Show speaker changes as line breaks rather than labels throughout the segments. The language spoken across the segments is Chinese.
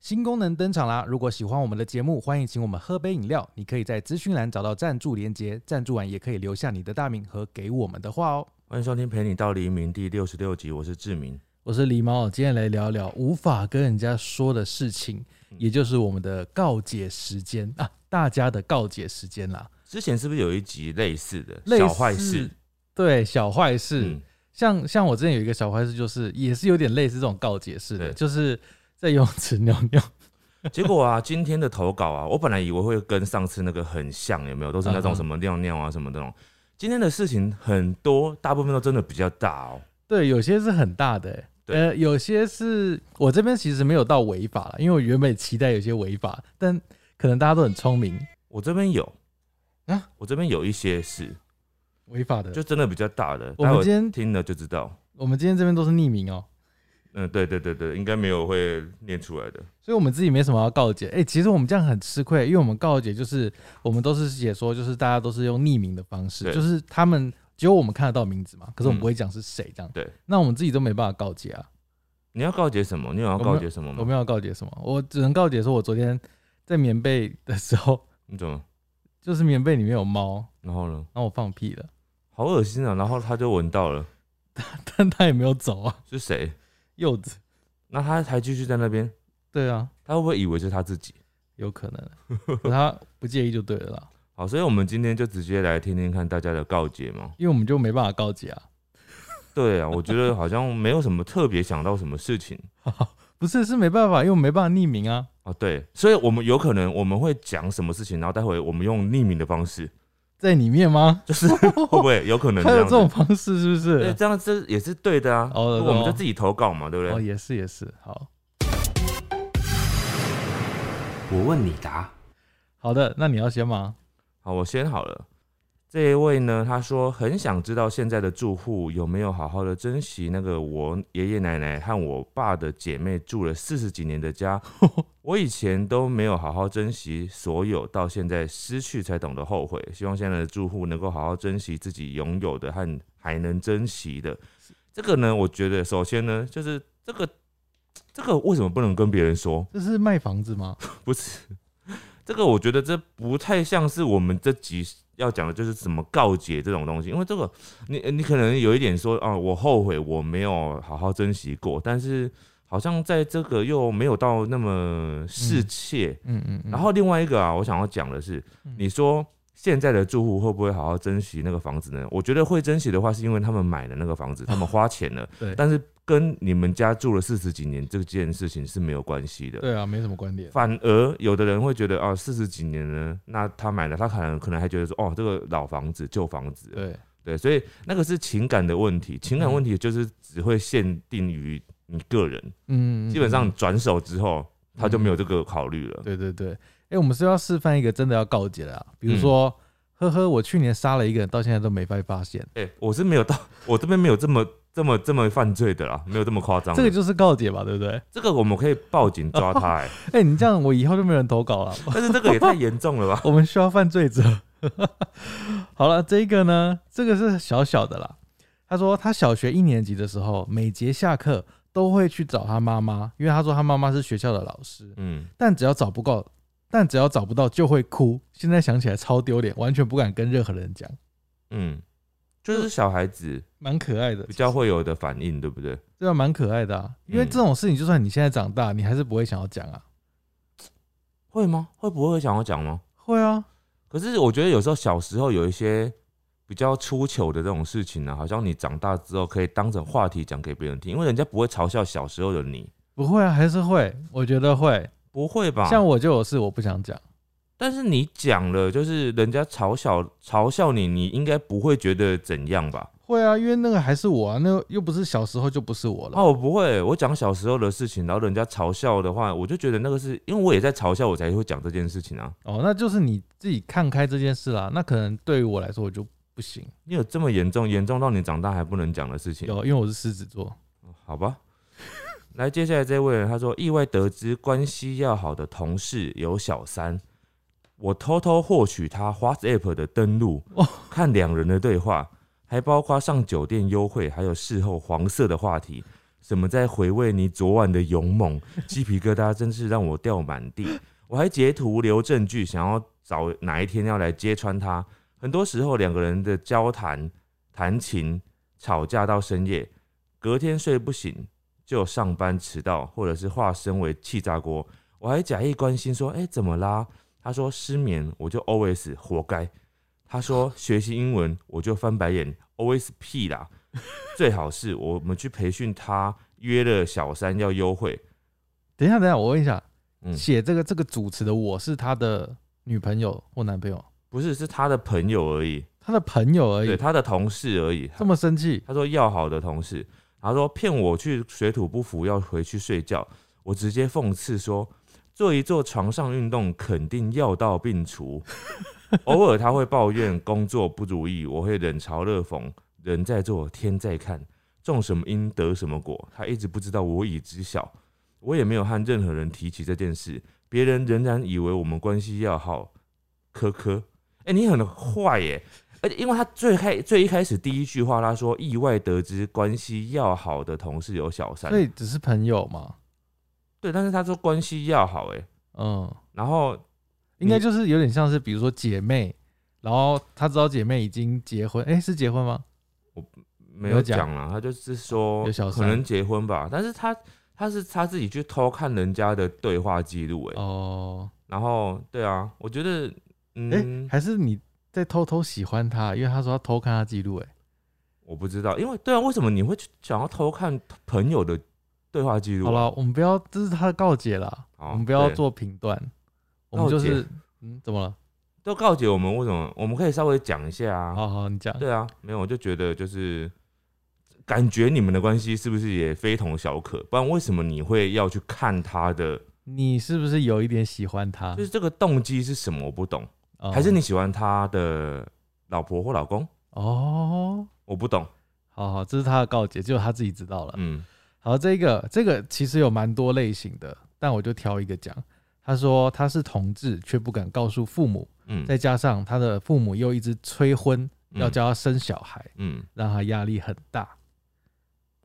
新功能登场啦！如果喜欢我们的节目，欢迎请我们喝杯饮料。你可以在资讯栏找到赞助连接，赞助完也可以留下你的大名和给我们的话哦。
欢迎收听《陪你到黎明》第六十六集，我是志明。
我是狸猫，今天来聊聊无法跟人家说的事情，也就是我们的告解时间啊，大家的告解时间啦。
之前是不是有一集类似的
类似
小坏事？
对，小坏事，
嗯，
像像我之前有一个小坏事，就是也是有点类似这种告解式的，
对
就是在游泳池尿尿。
结果啊，今天的投稿啊，我本来以为会跟上次那个很像，有没有？都是那
嗯
种
嗯
什么尿尿啊什么的那种。今天的事情很多，大部分都真的比较大哦。
对，有些是很大的、欸
对
呃，有些是我这边其实没有到违法了，因为我原本期待有些违法，但可能大家都很聪明，
我这边有
啊
啊，我这边有一些事，
违法的。
就真的比较大的。
我们
待会
今天
听了就知道。
我们今天这边都是匿名哦、
嗯，对对对对，应该没有会念出来的。
所以我们自己没什么要告解。哎、其实我们这样很吃亏，因为我们告解就是我们都是解说，就是大家都是用匿名的方式，
对
就是他们只有我们看得到名字嘛，可是我们
嗯
不会讲是谁这样、
对，
那我们自己都没办法告解啊。
你要告解什么？你有要
我没有
告解什么
我
吗？
没有告解什么，我只能告解说，我昨天在棉被的时候，
你怎么？
就是棉被里面有猫，
然后呢？
然后我放屁了，
好恶心啊！然后他就闻到了，
但它也没有走啊，
是谁？
柚子。
那他还继续在那边，
对啊，
他会不会以为是他自己？
有可能，可它不介意就对了啦，
好，所以我们今天就直接来听听看大家的告解嘛。
因为我们就没办法告解啊。
对啊，我觉得好像没有什么特别想到什么事情
不是，是没办法，因为我们没办法匿名啊。
啊。对，所以我们有可能我们会讲什么事情，然后待会我们用匿名的方式，
在里面吗？
就是会不会有可能
还
这
有
样
这种
子？
方式是不
对，
是？
这样这也是对的啊。
哦
我们
哦
就自己投稿嘛，对不
哦，
对？
也是也是，好
我问你答。
好的，那你要先吗？
好，我先好了。这一位呢，他说很想知道现在的住户有没有好好的珍惜那个我爷爷奶奶和我爸的姐妹住了四十几年的家，我以前都没有好好珍惜所有，到现在失去才懂得后悔。希望现在的住户能够好好珍惜自己拥有的和还能珍惜的。这个呢，我觉得首先呢，就是这个这个为什么不能跟别人说？
这是卖房子吗？
不是，这个我觉得这不太像是我们这集要讲的，就是什么告解这种东西。因为这个，你你可能有一点说啊，我后悔我没有好好珍惜过，但是好像在这个又没有到那么世切。
嗯嗯嗯。
然后另外一个啊，我想要讲的是，
嗯。
你说。现在的住户会不会好好珍惜那个房子呢？我觉得会珍惜的话，是因为他们买了那个房子，他们花钱了
哦对
但是跟你们家住了四十几年这件事情是没有关系的。
对啊，没什么观点。
反而有的人会觉得啊，四十几年了，那他买了，他可能可能还觉得说，哦，这个老房子、旧房子，
对，
对，所以那个是情感的问题，情感问题就是只会限定于你个人，
嗯，嗯
基本
嗯
上转手之后他就没有这个考虑了。
对对对，哎、我们是要示范一个真的要告解的啊，比
嗯
如说，呵呵，我去年杀了一个人，到现在都没被发现，
哎、我是没有到， 我这边没有这么这么这么犯罪的啦，没有这么夸张的。
这个就是告解吧，对不对？
这个我们可以报警抓他、 哎，
哎、你这样我以后就没有人投稿了，
但是这个也太严重了吧？
我们需要犯罪者。 好了，这个呢，这个是小小的啦。他说他小学一年级的时候，每节下课都会去找他妈妈，因为他说他妈妈是学校的老师，
嗯，
但只要找不够，但只要找不到就会哭。现在想起来超丢脸，完全不敢跟任何人讲，
嗯，就是小孩子
蛮可爱的
比，较会有的反应，对不对？
对啊，蛮可爱的啊。因为这种事情，就算你现在长大，你还是不会想要讲啊。
会吗？会不会想要讲吗？
会啊，
可是我觉得有时候小时候有一些比较出糗的这种事情呢、啊好像你长大之后可以当成话题讲给别人听，因为人家不会嘲笑小时候的你，
不会啊，还是会，我觉得会。
不会吧？
像我就有事，我不想讲。
但是你讲了，就是人家嘲笑嘲笑你，你应该不会觉得怎样吧？
会啊，因为那个还是我啊，那又不是小时候就不是我了。
啊，我不会，我讲小时候的事情，然后人家嘲笑的话，我就觉得那个是因为我也在嘲笑，我才会讲这件事情啊。
哦，那就是你自己看开这件事啦。那可能对于我来说，我就不行。
你有这么严重，严重到你长大还不能讲的事情？
有，因为我是狮子座。
哦好吧。来，接下来这位人他说，意外得知关系要好的同事有小三，我偷偷获取他 WhatsApp 的登录，
哦
看两人的对话，还包括上酒店优惠，还有事后黄色的话题。什么在回味你昨晚的勇猛，鸡皮疙瘩真是让我掉满地。我还截图留证据，想要找哪一天要来揭穿他。很多时候两个人的交谈、弹琴、吵架到深夜，隔天睡不醒就上班迟到，或者是化身为气炸锅。我还假意关心说：“哎、怎么啦？”他说失眠，我就 always 活该。他说学习英文，我就翻白眼，always 屁啦。 最好是我们去培训他，约了小三要幽会。
等一下，等一下，我问一下，
嗯，
写这个这个主持的我是他的女朋友或男朋友，
不是，是他的朋友而已，
他的朋友而
对，
已，
他的同事而已。
这么生气，
他说要好的同事，他说骗我去水土不服要回去睡觉，我直接讽刺说做一做床上运动肯定药到病除。 偶尔他会抱怨工作不如意，我会冷嘲热讽，人在做天在看，种什么因得什么果，他一直不知道我已知晓，我也没有和任何人提起这件事，别人仍然以为我们关系要好，科科，哎、你很坏耶、而且因为他最开最一开始第一句话，他说意外得知关系要好的同事有小三
所，以只是朋友嘛，
对，但是他说关系要好、欸，
嗯，
然后
应该
你
就是有点像是比如说姐妹，然后他知道姐妹已经结婚，哎、是结婚吗？
没
有
有
讲
讲了，他就是说
有小三
可能结婚吧，但是他他是他自己去偷看人家的对话记录，哎，
哦，
然后对啊，我觉得，
哎、
嗯，
还是你在偷偷喜欢他，因为他说他偷看他记录，哎，
我不知道，因为对啊，为什么你会去想要偷看朋友的对话记录
好
啊？
了，我们不要，这是他的告解啦，
好
我们不要
对
做评断，我们就
告解
是，嗯，怎么了？
都告诫我们为什么，我们可以稍微讲一下啊，
好好，你讲，
对啊，没有，我就觉得就是感觉你们的关系是不是也非同小可？不然为什么你会要去看他的？
你是不是有一点喜欢他
就？是这个动机是什么？我不懂，
啊哦
还是你喜欢他的老婆或老公？
哦，
我不懂。
好好，这是他的告解，只有他自己知道了。
嗯，
好，这个这个其实有蛮多类型的，但我就挑一个讲。他说他是同志，却不敢告诉父母，
嗯，
再加上他的父母又一直催婚，
嗯
要教他生小孩，
嗯，
让他压力很大。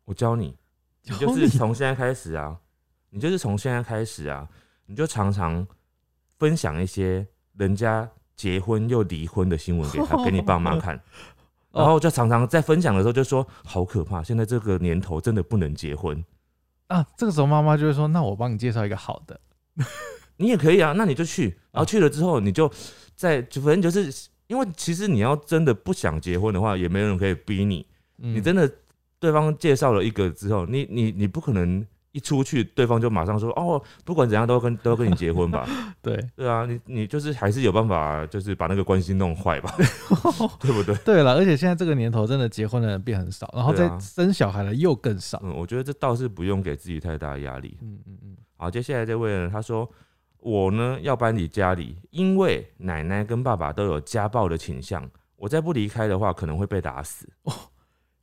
我教你，
哦
你就是从现在开始啊，你就是从现在开始啊，你就常常分享一些人家结婚又离婚的新闻给他，给你爸妈看。
哦
然后就常常在分享的时候就说好可怕，现在这个年头真的不能结婚。
啊，这个时候妈妈就会说：“那我帮你介绍一个好的。
你也可以啊，那你就去，然后去了之后你就在，就反正就是因为其实你要真的不想结婚的话，也没有人可以逼你。
嗯”
你真的对方介绍了一个之后，你你你不可能一出去，对方就马上说哦，不管怎样都要跟都要跟你结 婚吧？
对
对啊，你你就是还是有办法，就是把那个关系弄 坏吧，对不对？
对了，而且现在这个年头，真的结婚的人变很少，然后
对
再
啊
生小孩的又更少。
嗯，我觉得这倒是不用给自己太大压力。
嗯嗯嗯，
好，接下来这位呢，他说我呢要搬离家里，因为奶奶跟爸爸都有家暴的倾向，我再不离开的话可能会被打死。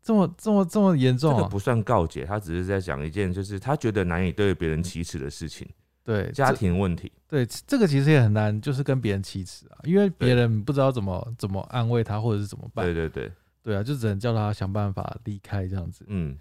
这么这么这么严
这
重
个
啊？
不算告解，他只是在讲一件就是他觉得难以对别人启齿的事情，
对，
家
这
庭问题。
对，其这个其实也很难，就是跟别人启齿啊，因为别人不知道怎么怎么安慰他，或者是怎么办。
对对对，
对啊，就只能叫他想办法离开这样子。
嗯，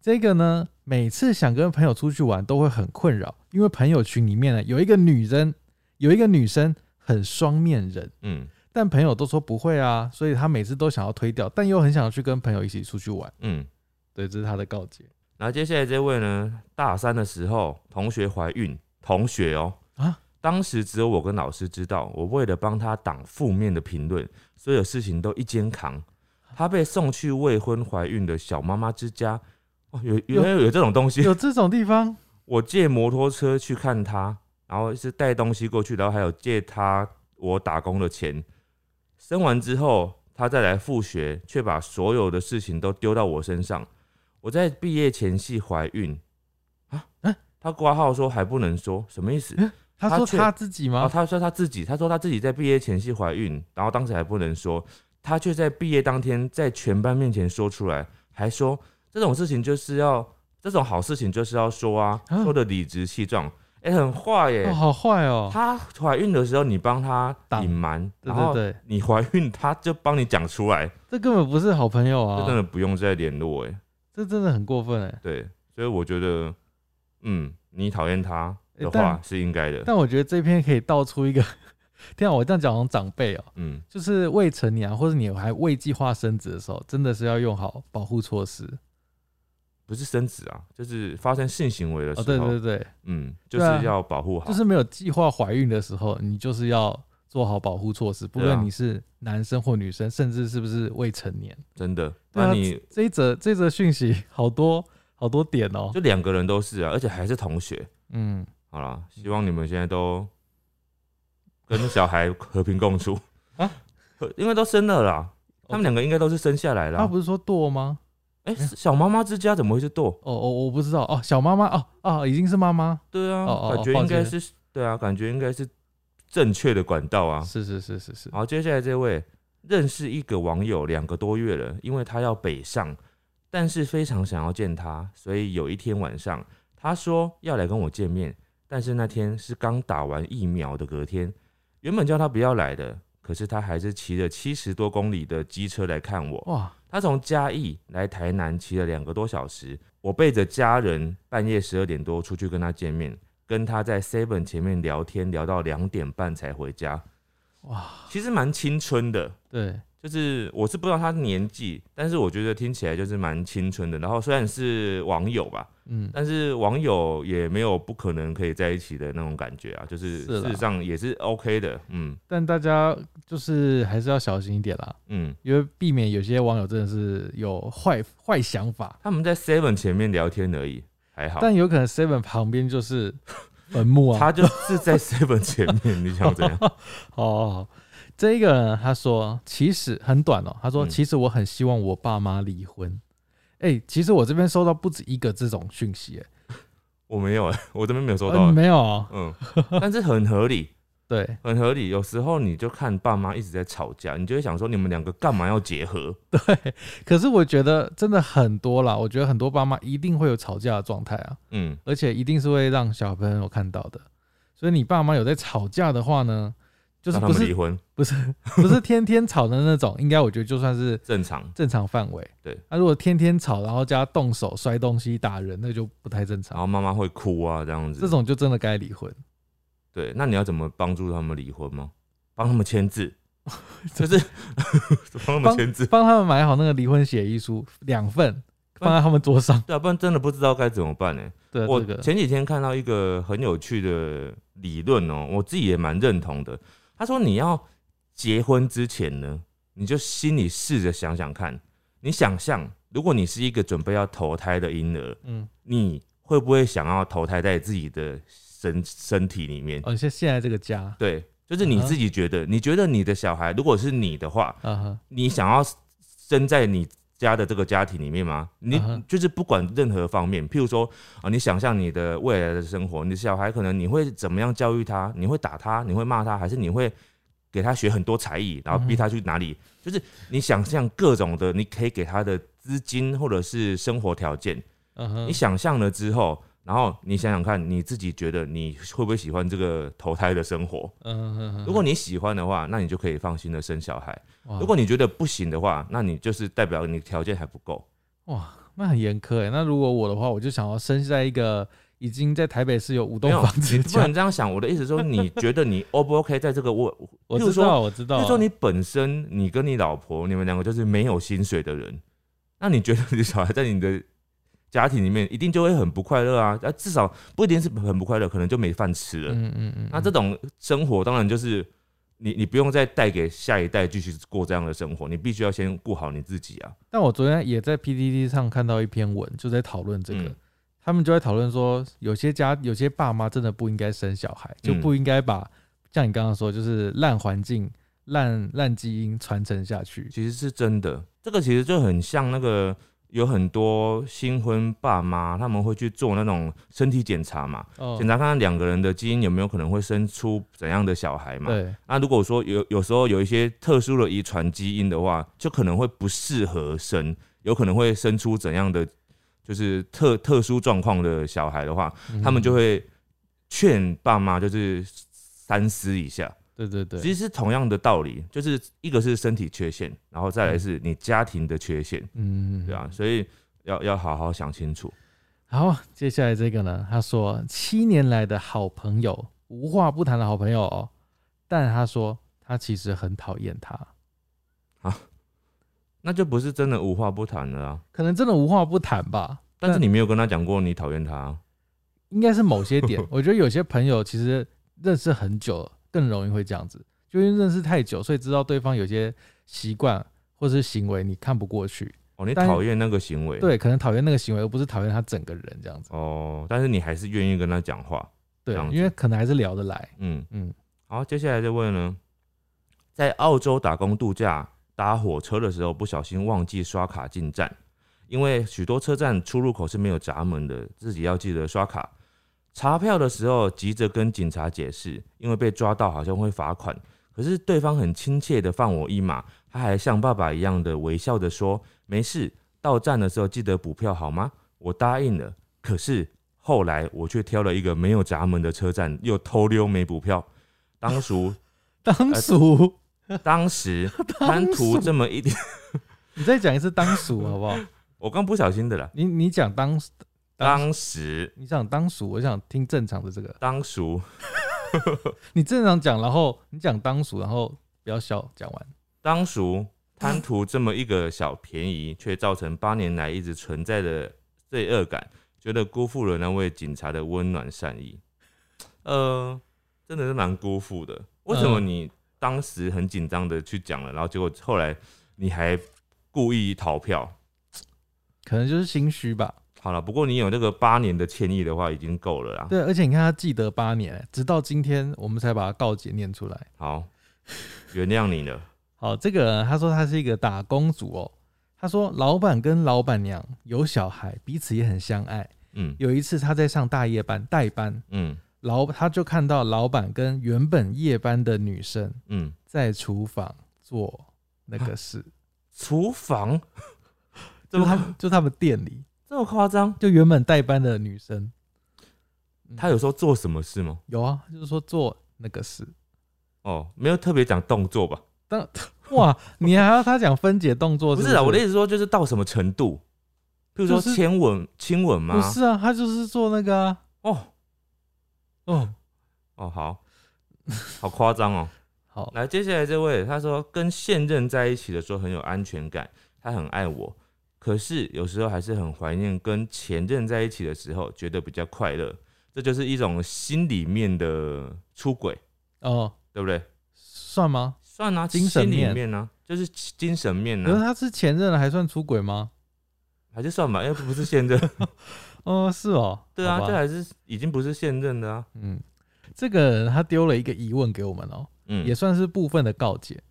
这个呢，每次想跟朋友出去玩都会很困扰，因为朋友群里面呢有一个女人，有一个女生很双面人，
嗯
但朋友都说不会啊，所以他每次都想要推掉，但又很想要去跟朋友一起出去玩。
嗯。
对，这是他的告诫
然后接下来这位呢，大三的时候，同学怀孕，同学哦、
啊
当时只有我跟老师知道，我为了帮他挡负面的评论，所有事情都一肩扛。他被送去未婚怀孕的小妈妈之家，哦，有原来有这种东西。
有这种地方，
我借摩托车去看他，然后是带东西过去，然后还有借他我打工的钱。生完之后，他再来复学，却把所有的事情都丢到我身上。我在毕业前夕怀孕啊
嗯，
他挂号说还不能说，什么意思？
他说
他却
他自己
然后
吗？
他说他自己，他说他自己在毕业前夕怀孕，然后当时还不能说，他却在毕业当天在全班面前说出来，还说这种事情就是要这种好事情就是要说啊，
啊
说的理直气壮，哎、很坏耶、
哦，好坏哦。
她怀孕的时候你帮她
挡
隐瞒，
对
然后
对对，
你怀孕她就帮你讲出来，
这根本不是好朋友
这
啊
真！的不用再联络哎、
这真的很过分哎、
对，所以我觉得，嗯，你讨厌他
诶
的
但
话是应该的。
但我觉得这篇可以道出一个， 天啊，我这样讲好像长辈哦、
嗯，
就是未成年啊，或者你还未计划生子的时候，真的是要用好保护措施
不是生子啊，就是发生性行为的时
哦。
候，
对对对，
嗯，就
对
是
啊
要保护好。
就是没有计划怀孕的时候，你就是要做好保护措施，不
对啊
论你是男生或女生，甚至是不是未成年。
真的，
对啊
那你
这一则这则讯息好多好多点哦、
就两个人都是啊，而且还是同学。
嗯，
好啦，希望你们现在都跟小孩和平共处
啊
和因为都生了啦，他们两个应该都是生下来
他
啦
啊不。是说堕吗？
哎、小妈妈之家怎么会是堕？
哦哦，我不知道哦，小妈妈哦哦，已经是妈妈，
对啊，
哦哦
感觉
抱
应该
歉
是对啊，感觉应该是正确的管道啊。
是是是是是，
好，接下来这位认识一个网友两个多月了，因为他要北上，但是非常想要见他，所以有一天晚上他说要来跟我见面，但是那天是刚打完疫苗的隔天，原本叫他不要来的，可是他还是骑着七十多公里的机车来看我。
哇，
他从嘉义来台南骑了两个多小时，我背着家人半夜十二点多出去跟他见面，跟他在 Seven 前面聊天，聊到两点半才回家。
哇，
其实蛮青春的，
对，
就是我是不知道他年纪，但是我觉得听起来就是蛮青春的。然后虽然是网友吧，
嗯，
但是网友也没有不可能可以在一起的那种感觉啊，就是
是啦
事实上也是 OK 的。嗯
但大家就是还是要小心一点啦，
嗯，
因为避免有些网友真的是有坏坏想法，
他们在 Seven 前面聊天而已，还好。
但有可能 Seven 旁边就是 坟墓啊。
他就是在 Seven 前面，你想 怎样？
哦，这一个人他说其实很短哦，他说
嗯
其实我很希望我爸妈离婚。哎、其实我这边收到不止一个这种讯息、哎
我没有、欸，我这边没有收
呃
到、欸。
没有哦，
嗯，但是很合理，
对
很合理。有时候你就看爸妈一直在吵架，你就会想说，你们两个干嘛要结合？
对，可是我觉得真的很多啦，我觉得很多爸妈一定会有吵架的状态啊，
嗯，
而且一定是会让小朋友看到的。所以你爸妈有在吵架的话呢，就是
让他
不
们离
是
婚
不是 不是天天吵的那种，应该我觉得就算是
正常。
正常范围。
对
那、如果天天吵，然后加动手摔东西打人，那就不太正
然
常。
后妈妈会哭啊，这样子。
这种就真的该离婚。
对，那你要怎么帮助他们离婚吗？帮他们 签字，就是 帮他们签字。
帮他们买好那个离婚协议书两 份，
那
放在他们桌上。
对啊，不然真的不知道该怎么办呢、欸
对，
我
这个
前几天看到一个很有趣的理论哦、我自己也蛮认同的。他说，你要结婚之前呢，你就心里试着想想看，你想象如果你是一个准备要投胎的婴儿，
嗯，
你会不会想要投胎在自己的身身体里面？
哦，现现在这个家，
对，就是你
嗯哼
自己觉得，你觉得你的小孩如果是你的话，
啊哈，
你想要生在你家的这个家庭里面吗？你
嗯哼
就是不管任何方面，譬如说啊、你想象你的未来的生活，你的小孩可能你会怎么样教育他？你会打他？你会骂他？还是你会给他学很多才艺，然后逼他去哪
嗯
里？就是你想象各种的，你可以给他的资金或者是生活条件，
嗯哼
你，想象了之后。然后你想想看，你自己觉得你会不会喜欢这个投胎的生活？
嗯哼哼，
如果你喜欢的话，那你就可以放心的生小孩。
哇
如果你觉得不行的话，那你就是代表你条件还不 够。
哇，那很严苛哎。那如果我的话，我就想要生在一个已经在台北市有五栋
没有
房子的
不
家
能。这样想，我的意思说，你觉得你 O 不 OK 在这 个我，
我
譬如
知
说
道，我知道
就
啊。
说你本身你跟你老婆你们两个就是没有薪水的人，那你觉得你的小孩在你的家庭里面一定就会很不快乐啊？啊，至少不一定是很不快乐，可能就没饭吃了。
嗯嗯嗯，
那这种生活当然就是你你不用再带给下一代继续过这样的生活，你必须要先顾好你自己啊。
但我昨天也在 PDD 上看到一篇文，就在讨论这个
嗯，
他们就在讨论说，有些家有些爸妈真的不应该生小孩，就
嗯
不应该把像你刚刚说，就是烂环境、烂烂基因传承下去。
其实是真的。这个其实就很像那个有很多新婚爸妈，他们会去做那种身体检查嘛，
哦
检、查看看两个人的基因有没有可能会生出怎样的小孩嘛。
对，
那如果说有有时候有一些特殊的遗传基因的话，就可能会不适合生，有可能会生出怎样的就是特特殊状况的小孩的话，他们就
会
会劝爸妈就是三思一下。
对对对，
其实是同样的道理，就是一个是身体缺陷，然后再来是你家庭的缺陷，啊
嗯，
对啊，所以要要好好想清楚。
好，接下来这个呢，他说七年来的好朋友，无话不谈的好朋友哦，但他说他其实很讨厌他，
那就不是真的无话不谈了啊。
可能真的无话不谈吧。
但是你没有跟他讲过你讨厌他啊，
应该是某些 点，我觉得有些朋友其实认识很久了，更容易会这样子，就因为认识太久，所以知道对方有些习惯或是行为你看不过去，
哦，你
但
讨厌那个行为，，
对，可能讨厌那个行为，而不是讨厌他整个人这样子，
哦，但是你还是愿意跟他讲话，
对
这样，子
因为可能还是聊得来，
嗯。
嗯，
好，接下来这位呢，在澳洲打工度假搭火车的时候，不小心忘记刷卡进站，因为许多车站出入口是没有闸门的，自己要记得刷卡。查票的时候急着跟警察解释，因为被抓到好像会罚款，可是对方很亲切的放我一马，他还像爸爸一样的微笑的说：“没事，到站的时候记得补票好吗？”我答应了，可是后来我却挑了一个没有闸门的车站，又偷溜没补票。当属
当
哎
属，
当时贪图这么一点，
你再讲一次当属好不好？
我刚不小心的啦。
你你讲当 当
当时
你想当属，我想听正常的这个。
当属
你正常讲，然后你讲当属，然后不要笑，讲完。
当属贪图这么一个小便宜，却造成八年来一直存在的罪恶感，觉得辜负了那位警察的温暖善意。呃，真的是蛮辜负的。为什么你当时很紧张的去讲了，然后结果后来你还故意逃票？
可能就是心虚吧。
好了，不过你有这个八年的歉意的话，已经够了啦。
对，而且你看他记得八年，直到今天我们才把告解念出来。
好，原谅你了。
好，这个他说他是一个打工族哦。他说老板跟老板娘有小孩，彼此也很相爱。
嗯
有一次他在上大夜班代班，
嗯
老他就看到老板跟原本夜班的女生
嗯，
在厨房做那个事，
厨房啊
就
这么
他
夸
们就他们店里，
这么夸张？
就原本代班的女生，嗯
他有说做什么事吗？
有啊，就是说做那个事。
哦，没有特别讲动作吧？
但哇，你还要他讲分解动作
不
哦是
是啊，我的意
思
思说就是到什么程度，譬如说
就是
亲吻亲吻吗
不？是啊，他就是做那个啊，
哦
哦，
哦，好好夸张哦。
好，
来，接下来这位，他说跟现任在一起的时候很有安全感，他很爱我，可是有时候还是很怀念跟前任在一起的时候，觉得比较快乐。这就是一种心里面的出轨，
哦，
对不对？
算吗？
算啊，
精神
心里
面
面呢、就是精神面
可是
呢、
他是前任了，还算出轨吗？
还是算吧，因为不是现任。
哦，是哦，
对啊，
好吧
这还是已经不是现任的啊。
嗯，这个人他丢了一个疑问给我们哦，
嗯，
也算是部分的告解。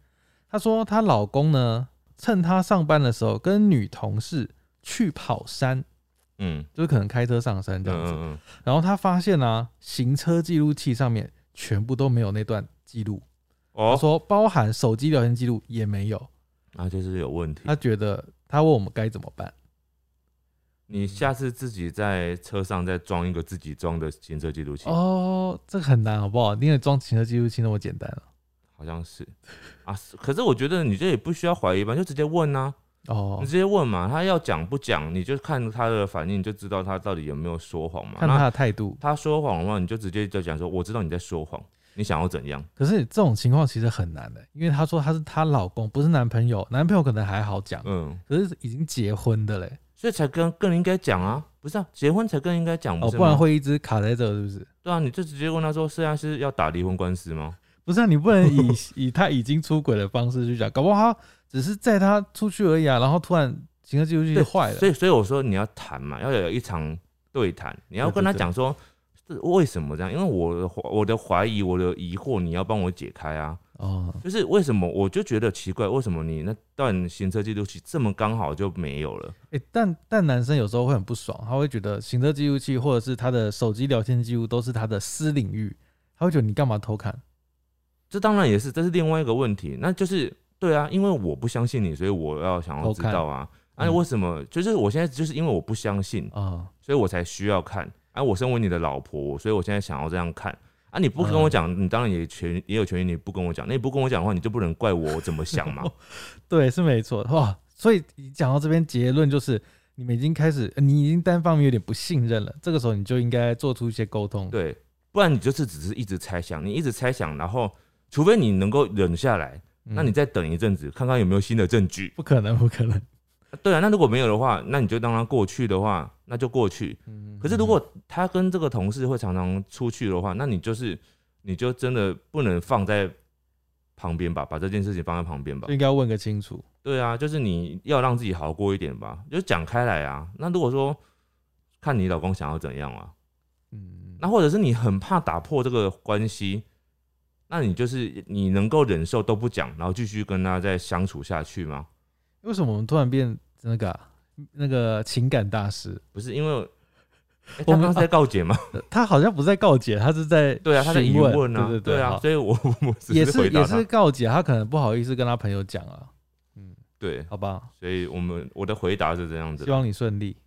她说她老公呢，趁她上班的时候跟女同事去跑山，
嗯
就是可能开车上山
嗯
这样子。
嗯
然后他发现啊，行车记录器上面全部都没有那段记录，他
哦，
说包含手机聊天记录也没有。
那、就是有问题。
他觉得他问我们该怎么办，
你下次自己在车上再装一个自己装的行车记录器，
哦，这个很难好不好？因为装行车记录器那么简单了、啊
好像是啊。是可是我觉得你这也不需要怀疑吧，就直接问啊，
哦
你，直接问嘛，他要讲不讲，你就看他的反应，就知道他到底有没有说谎嘛。
看他
那
的态度。
他说谎的话，你就直接就讲说，我知道你在说谎，你想要怎样？
可是这种情况其实很难的、因为她说她是她老公，不是男朋友，男朋友可能还好讲，
嗯，
可是已经结婚的嘞，
所以才更更应该讲啊，不是啊，结婚才更应该讲，
哦，
嗯是
不然
吗
会一直卡在这，是不是？
对啊，你就直接问他说，现在是要打离婚官司吗？
不是啊，你不能 以以他已经出轨的方式去讲，搞不好他只是载他出去而已啊，然后突然行车记录器
对
坏了
所，以所以我说你要谈嘛，要有一场对谈，你要
对
跟他
对对
讲说。是为什么这样？因为我的怀我的怀疑，我的疑惑，你要帮我解开啊！
哦，
就是为什么我就觉得奇怪，为什么你那段行车记录器这么刚好就没有了？
哎、但但男生有时候会很不爽，他会觉得行车记录器或者是他的手机聊天记录都是他的私领域，他会觉得你干嘛偷看？
这当然也是，这是另外一个问题。那就是对啊，因为我不相信你，所以我要想要
偷
知
看
道啊。
嗯
哎，为什么？就是我现在就是因为我不相信，
哦，
所以我才需要看。哎、我身为你的老婆，所以我现在想要这样看。啊，你不跟我讲，你当然也权也有权利，你不跟我讲。那你不跟我讲的话，你就不能 怪我怎么想嘛。
对，是没错哇。所以你讲到这边，结论就是你们已经开始，呃你已经单方面有点不信任了，这个时候你就应该做出一些沟通。
对，不然你就是只是一直猜想，你一直猜想，然后除非你能够忍下来，
嗯，
那你再等一阵子，看看有没有新的证据。
不可能，不可能。
对啊，那如果没有的话，那你就让它过去的话，那就过去。
嗯
可是如果他跟这个同事会常常出去的话，那你就是你就真的不能放在旁边吧，把这件事情放在旁边吧
就。应该要问个清楚。
对啊，就是你要让自己好过一点吧，就讲开来啊。那如果说看你老公想要怎样啊，
嗯，
那或者是你很怕打破这个关系，那你就是你能够忍受都不讲，然后继续跟他再相处下去吗？
为什么我们突然变那个啊、那个情感大师？
不是因为、欸、
我
他
们
刚刚是在告解吗？
呃他好像不在告解，他是在
对啊，他在疑
询
问啊，
对
啊，
好
所以我 我只
也
回
是
答
也
他
是告解，他可能不好意思跟他朋友讲啊，
对，
好吧？
所以我们我的回答是这样子
希
的。
望你顺利。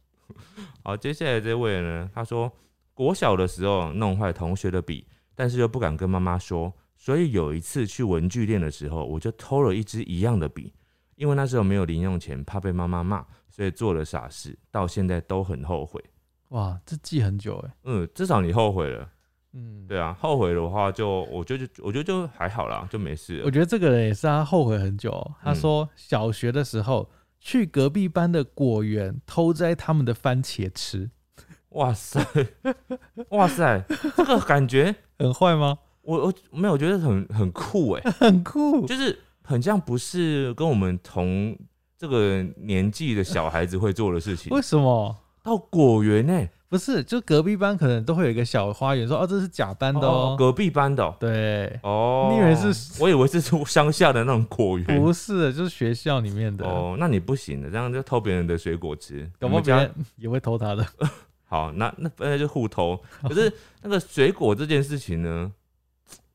好，接下来这位呢，他说国小的时候弄坏同学的笔，但是又不敢跟妈妈说，所以有一次去文具店的时候，我就偷了一支一样的笔，因为那时候没有零用钱，怕被妈妈骂，所以做了傻事，到现在都很后悔。
哇，这记很久哎、
嗯，至少你后悔了，
嗯，
对啊，后悔的话就我觉得就我觉得就还好啦，就没事
我
了。
觉得这个人也是他后悔很久哦、他
嗯
说小学的时候去隔壁班的果园偷摘他们的番茄吃，
哇塞， 哇塞，这个感觉
很坏 吗？
我我没有我觉得很很酷哎、
很酷，
就是很像不是跟我们同这个年纪的小孩子会做的事情
为。什么？
到果园欸呢、
不是，就隔壁班可能都会有一个小花园，说哦这是假班的哦。
隔壁班的哦、
对，
哦
你以为是
我以为是从乡下的那种果园。
不是，就是学校里面的，
哦，那你不行的，这样就偷别人的水果吃。
搞不
你
好
们
别
家
人也会偷他的。
好，那那本来就互偷。可是那个水果这件事情呢，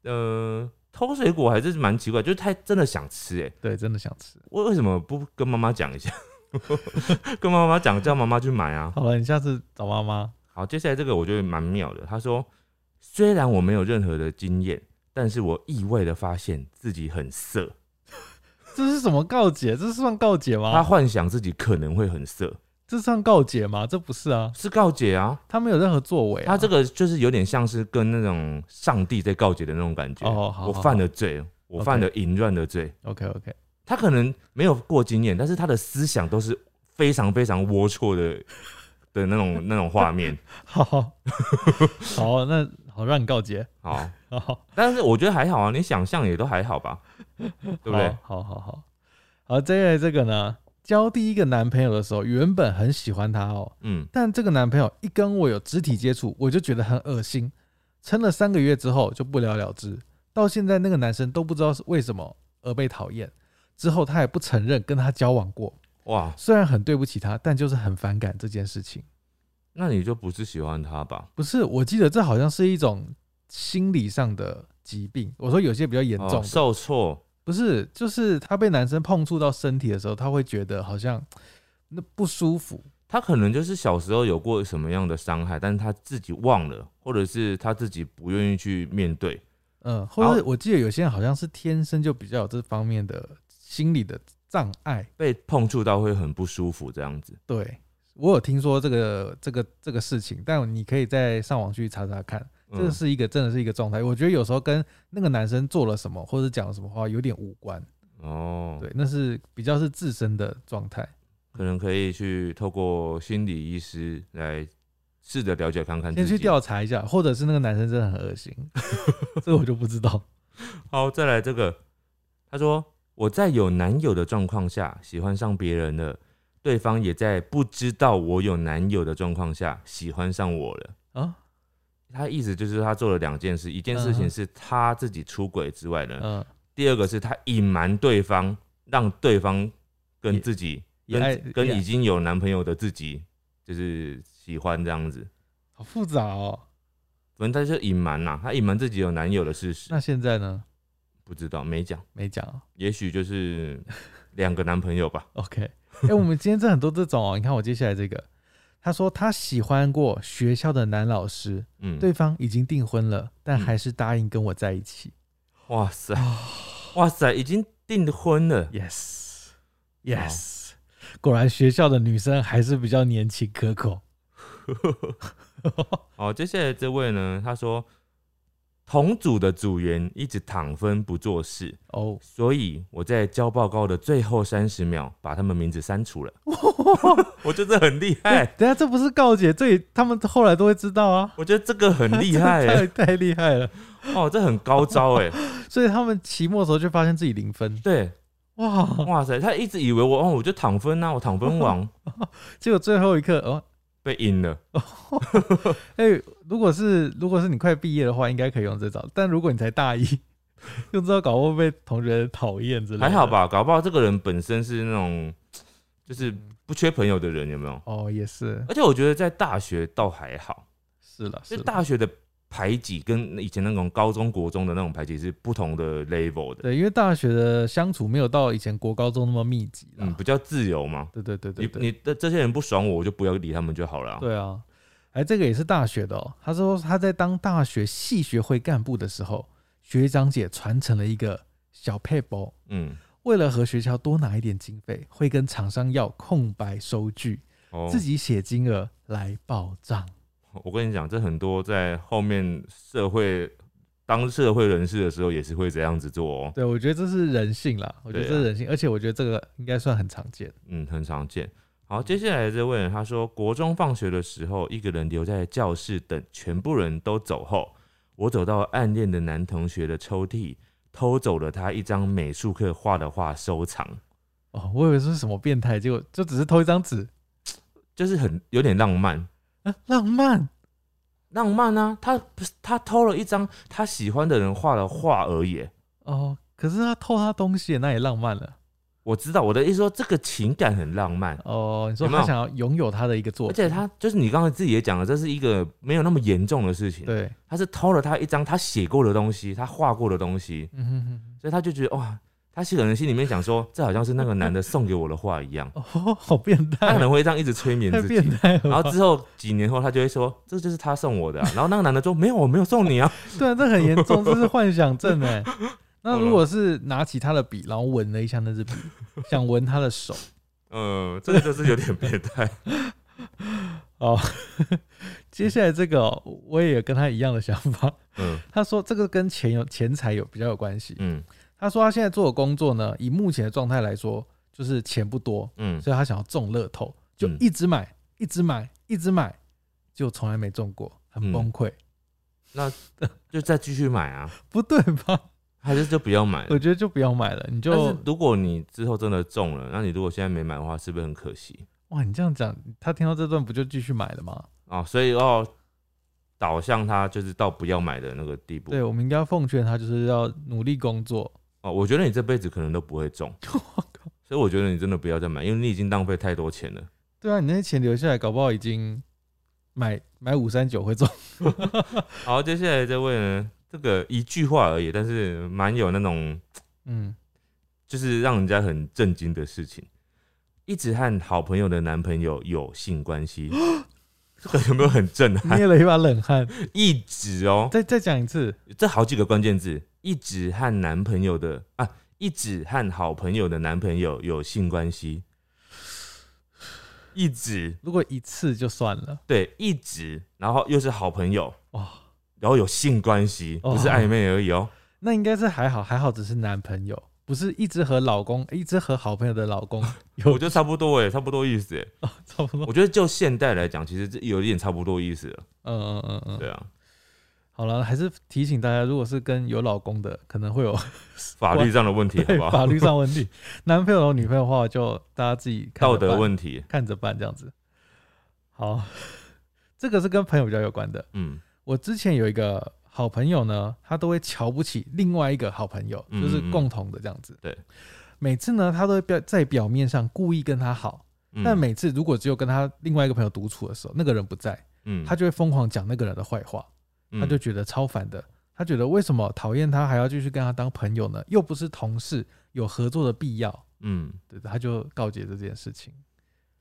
呃，偷水果还是蛮奇怪，就是他真的想吃哎、
对，真的想吃。
为为什么不跟妈妈讲一下？ 跟妈妈讲，叫妈妈去买啊。
好了，你下次找妈妈。
好，接下来这个我觉得蛮妙的。他说，虽然我没有任何的经验，但是我意外的发现自己很色。
这是什么告解？这是算告解
他
吗？
幻想自己可能会很色，
这算告解吗？这不是啊，
是告解啊。
他没有任何作为、啊。
他这个就是有点像是跟那种上帝在告解的那种感觉。
哦，好，
我犯了罪，我犯了淫乱的罪。
OK OK，
他可能没有过经验，但是他的思想都是非常非常龌龊的的那种那种画面。
好， 好，那好让你告解，
好，
好，好
但是我觉得还好啊，你想象也都还 好吧，对不对？？
好好好，好，接下来这个呢，交第一个男朋友的时候，原本很喜欢他哦，
嗯。
但这个男朋友一跟我有肢体接触，我就觉得很恶心，撑了三个月之后就不了了之，到现在那个男生都不知道是为什么而被讨厌，之后他也不承认跟他交往过，
哇，
虽然很对不起他，但就是很反感这件事情。
那你就不是喜欢他吧？
不是，我记得这好像是一种心理上的疾病。我说有些比较严重的、
哦、受挫，
不是，就是他被男生碰触到身体的时候，他会觉得好像那不舒服。
他可能就是小时候有过什么样的伤害，但是他自己忘了，或者是他自己不愿意去面对。
嗯，或者是我记得有些人好像是天生就比较有这方面的心理的障碍。
被碰触到会很不舒服，这样子。
对我有听说这个这个这个事情，但你可以在上网去查查看，
嗯
这是一个真的是一个状态。我觉得有时候跟那个男生做了什么或者讲了什么话有点无关，
哦，
对，那是比较是自身的状态。
可能可以去透过心理医师来试着了解看看自
先
己。
去调查一下，或者是那个男生真的很恶心， 这我就不知道。
好，再来这个，他说我在有男友的状况下喜欢上别人了，对方也在不知道我有男友的状况下喜欢上我了。
啊，
他意思就是他做了两件事，一件事
嗯
情
哼
是他自己出轨之外呢，
嗯，
第二个是他隐瞒对方，让对方跟
也
自己
也爱
跟跟
也爱
已经有男朋友的自己就是喜欢这样子，
好复杂哦。
反正他就隐瞒啦，他隐瞒自己有男友的事实，
那现在呢？
不知道没讲，
没讲哦。
也许就是两个男朋友吧。
OK，哎、我们今天这很多这种哦。你看我接下来这个，他说他喜欢过学校的男老师，
嗯，
对，方已经订婚了，但还是答应跟我在一起。
哇
啊
塞，哇塞，已经订婚了，
Yes，Yes，果然学校的女生还是比较年轻可口。
哦，接下来这位呢，他说同组的组员一直躺分不做事，
哦，
所以我在交报告的最后三十秒把他们名字删 除了。我觉得这很厉害，
等一下这不是告解，这也他们后来都会知道啊。
我觉得这个很 厉害
太
哎，
太厉害了！
哦，这很高招 哎。
所以他们期末的时候就发现自己零分，
对，
哇！
哇塞，他一直以为我哦，我就躺分啊，我躺分 王
结果最后一刻哦，
被阴了。
哎、如果是如果是你快毕业的话，应该可以用这招，但如果你才大一， 用这招搞会不会被同学讨厌之类的？
还好？吧，搞不好这个人本身是那种就是不缺朋友的人，有没有？
哦，也是，
而且我觉得在大学倒还好，
是了，
就是是
啦
大学的排挤跟以前那种高中国中的那种排挤是不同的 level 的，
对，啊因为大学的相处没有到以前国高中那么密集啦。
嗯，比较自由嘛。
对对对对
你
对，
你的这些人不爽我，我就不要理他们就好了啊。
对啊，哎，这个也是大学的哦。他说他在当大学系学会干部的时候，学长姐传承了一个小配包，
嗯，
为了和学校多拿一点经费，会跟厂商要空白收据，
哦，
自己写金额来报账。
我跟你讲，这很多在后面社会当社会人士的时候也是会这样子做哦，
对，我觉得这是人性啦，我觉得
对啊
这是人性，而且我觉得这个应该算很常见。
嗯，很常见。好，接下来这位人他说，国中放学的时候，一个人留在教室等全部人都走后，我走到暗恋的男同学的抽屉，偷走了他一张美术课画的画收藏，
哦，我以为是什么变态，结果就只是偷一张纸，
就是很有点浪漫，
啊，浪漫
浪漫啊！他不是他偷了一张他喜欢的人画的画而已耶。
哦。可是他偷他东西，那也浪漫了
我知道我的意思说，这个情感很浪漫，
哦。你说
有没
他
有
想要拥有他的一个作
而
品，
且他就是你刚才自己也讲了，这是一个没有那么严重的事情。
对，
他是偷了他一张他写过的东西，他画过的东西，
嗯哼哼哼。，
所以他就觉得哇，他可能心里面想说，这好像是那个男的送给我的画一样
哦，好变
他可
态，
能会这样一直催眠
太
自
变
己。
态了吧。
然后之后几年后，他就会说这就是他送我的、啊。然后那个男的说没有，我没有送 你啊。
对啊，这很严重，这是幻想症 哎。那
好了
如果是拿起他的笔，然后闻了一下那 支笔，想闻他的手，
嗯，这个就是有点 变态。
接下来这个哦、我也有跟他一样的想法。
嗯
他说这个跟钱有钱财有比较有关系。
嗯
他说他现在做的工作呢，以目前的状态来说，就是钱不多，
嗯，
所以他想要中乐透，就
嗯
一直买，一直买，一直买，就从来没中过，很
嗯
崩溃。
就再继续买啊，
不对吧？
还是就不要买了
我觉得就不要买了，你
但
就是
如果你之后真的中了，那你如果现在没买的话，是不是很可惜
哇，你这样讲，他听到这段不就继续买了吗？
啊、所以哦，导向他就是到不要买的那个地步。
对，我们应该奉劝他，就是要努力工作。
哦，我觉得你这辈子可能都不会中，所以我觉得你真的不要再买，因为你已经浪费太多钱了。
对啊，你那些钱留下来，搞不好已经买买五三九会中。
好，接下来这位呢，这个一句话而已，但是蛮有那种
嗯，
就是让人家很震惊的事情，一直和好朋友的男朋友有性 关系，这个有没有很震撼？
捏了一把冷汗。
一直哦，
再再讲一次，
这好几个关键字，一直和男朋友的啊，一直和好朋友的男朋友有性关系，一直。
如果一次就算了，
对，一直，然后又是好朋友，
哇，
然后有性关系，
哦
不是暧昧而已哦。
那应该是还好，还好只是男朋友，不是一直和老公，一直和好朋友的老公 有
我觉得差不多哎，差不多意思哎。
哦，差不 多。
我觉得就现代来讲，其实这有一点差不多意思了。
嗯嗯嗯嗯，
对啊，
好了，还是提醒大家，如果是跟有老公的，可能会有
法律上的问题，好
对
不 好？
法 律上问题。男朋友、女朋友的话，就大家自己看着
道德
办
问题，
看着办这样子。好， 这个是跟朋友比较有关的。
嗯
我之前有一个好朋友呢，他都会瞧不起另外一个好朋友，
嗯
就是共同的这样子。
对，
每次呢，他都会表在表面上故意跟他好，
嗯，
但每次如果只有跟他另外一个朋友独处的时候，那个人不在，
嗯
他就会疯狂讲那个人的坏话，他就觉得超烦的。他觉得为什么讨厌他还要继续跟他当朋友呢？又不是同事，有合作的必要。
嗯，
对，他就告诫这件事情。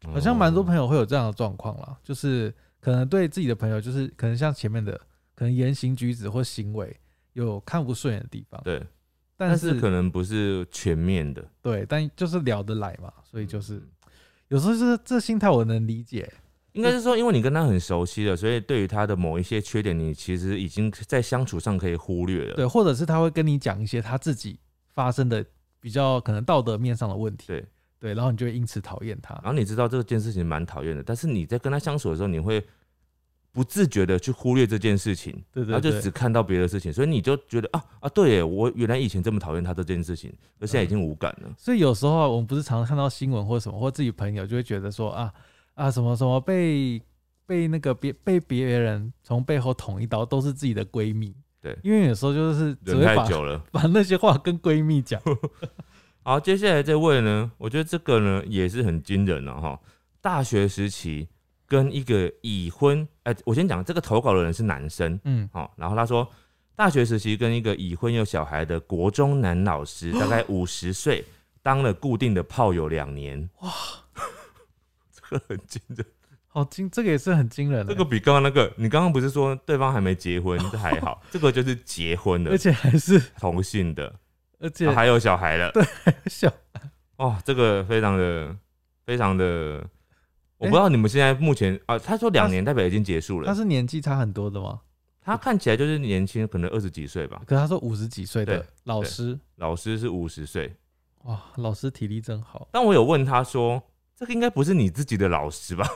嗯
好像蛮多
哦
朋友会有这样的状况啦，就是可能对自己的朋友，就是可能像前面的，可能言行举止或行为有看不顺眼的地方，
哦对，
但
但
是
是可能不是全面的，
对，但就是聊得来嘛，所以就是
嗯
有时候就是这心态我能理解，
应该是说，因为你跟他很熟悉了，所以对于他的某一些缺点，你其实已经在相处上可以忽略了。
对，啊或者是他会跟你讲一些他自己发生的比较可能道德面上的问题，
对啊
对，然后你就会因此讨厌他
然，后你知道这件事情蛮讨厌的，但是你在跟他相处的时候，你会不自觉的去忽略这件事情，
对
然后
对
就
对，
只看到别的事情，所以你就觉得啊啊，对耶，我原来以前这么讨厌他这件事情，而现在已经无感了。
所以有时候啊我们不是常常看到新闻或什么，或自己朋友就会觉得说啊啊什么什么被被那个别被别人从背后捅一刀，都是自己的闺蜜。
对
因为有时候就是只
忍
会
太
把
久了。
把那些话跟闺蜜 讲。
好，接下来这位呢，我觉得这个呢也是很惊人了、啊哈。大学时期跟一个已婚，哎、我先讲这个投稿的人是男生，
嗯，
哦，然后他说，大学时期跟一个已婚有小孩的国中男 老师，大概五十岁，当了固定的炮友两年。哇， 这个很惊人，
好惊，这个也是很惊人的、
这个比刚刚那个，你刚刚不是说对方还没结婚，这还好，这个就是结婚
而
的
且还是
同性的，
而且
然啊后还有小孩了。
小，
哦，这个非常的非常的，我
诶
不知道你们现在目前啊，他说两年代表已经结束
他
了，
是年纪差很多的吗？
他看起来就是年轻，可能二十几岁吧，
可是他说五十几岁的
对
老师，
老师是五十岁，
哇，老师体力真好。
但我有问他说，这个应该不是你自己的老师吧？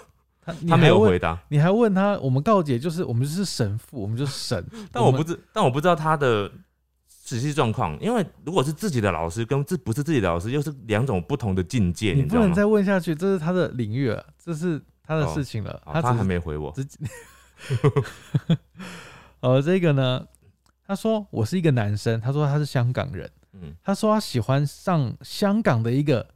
他
他没有，
你还
回
问
答，，
你还问他，我们告解就是我们就是神父，我们就是神
但我不
们
知，但我不知道他的实际状况，因为如果是自己的老师跟这不是自己的老师，又是两种不同的境界，
你
你
不
知道
能
吗？
再问下去，这是他的领域了，这是他的事情了。
好
他
哦啊他
只
还
是
没回我，
自己。呃，这个呢，他说我是一个男生，他说他是香港人，
嗯，
他说他喜欢上香港的一个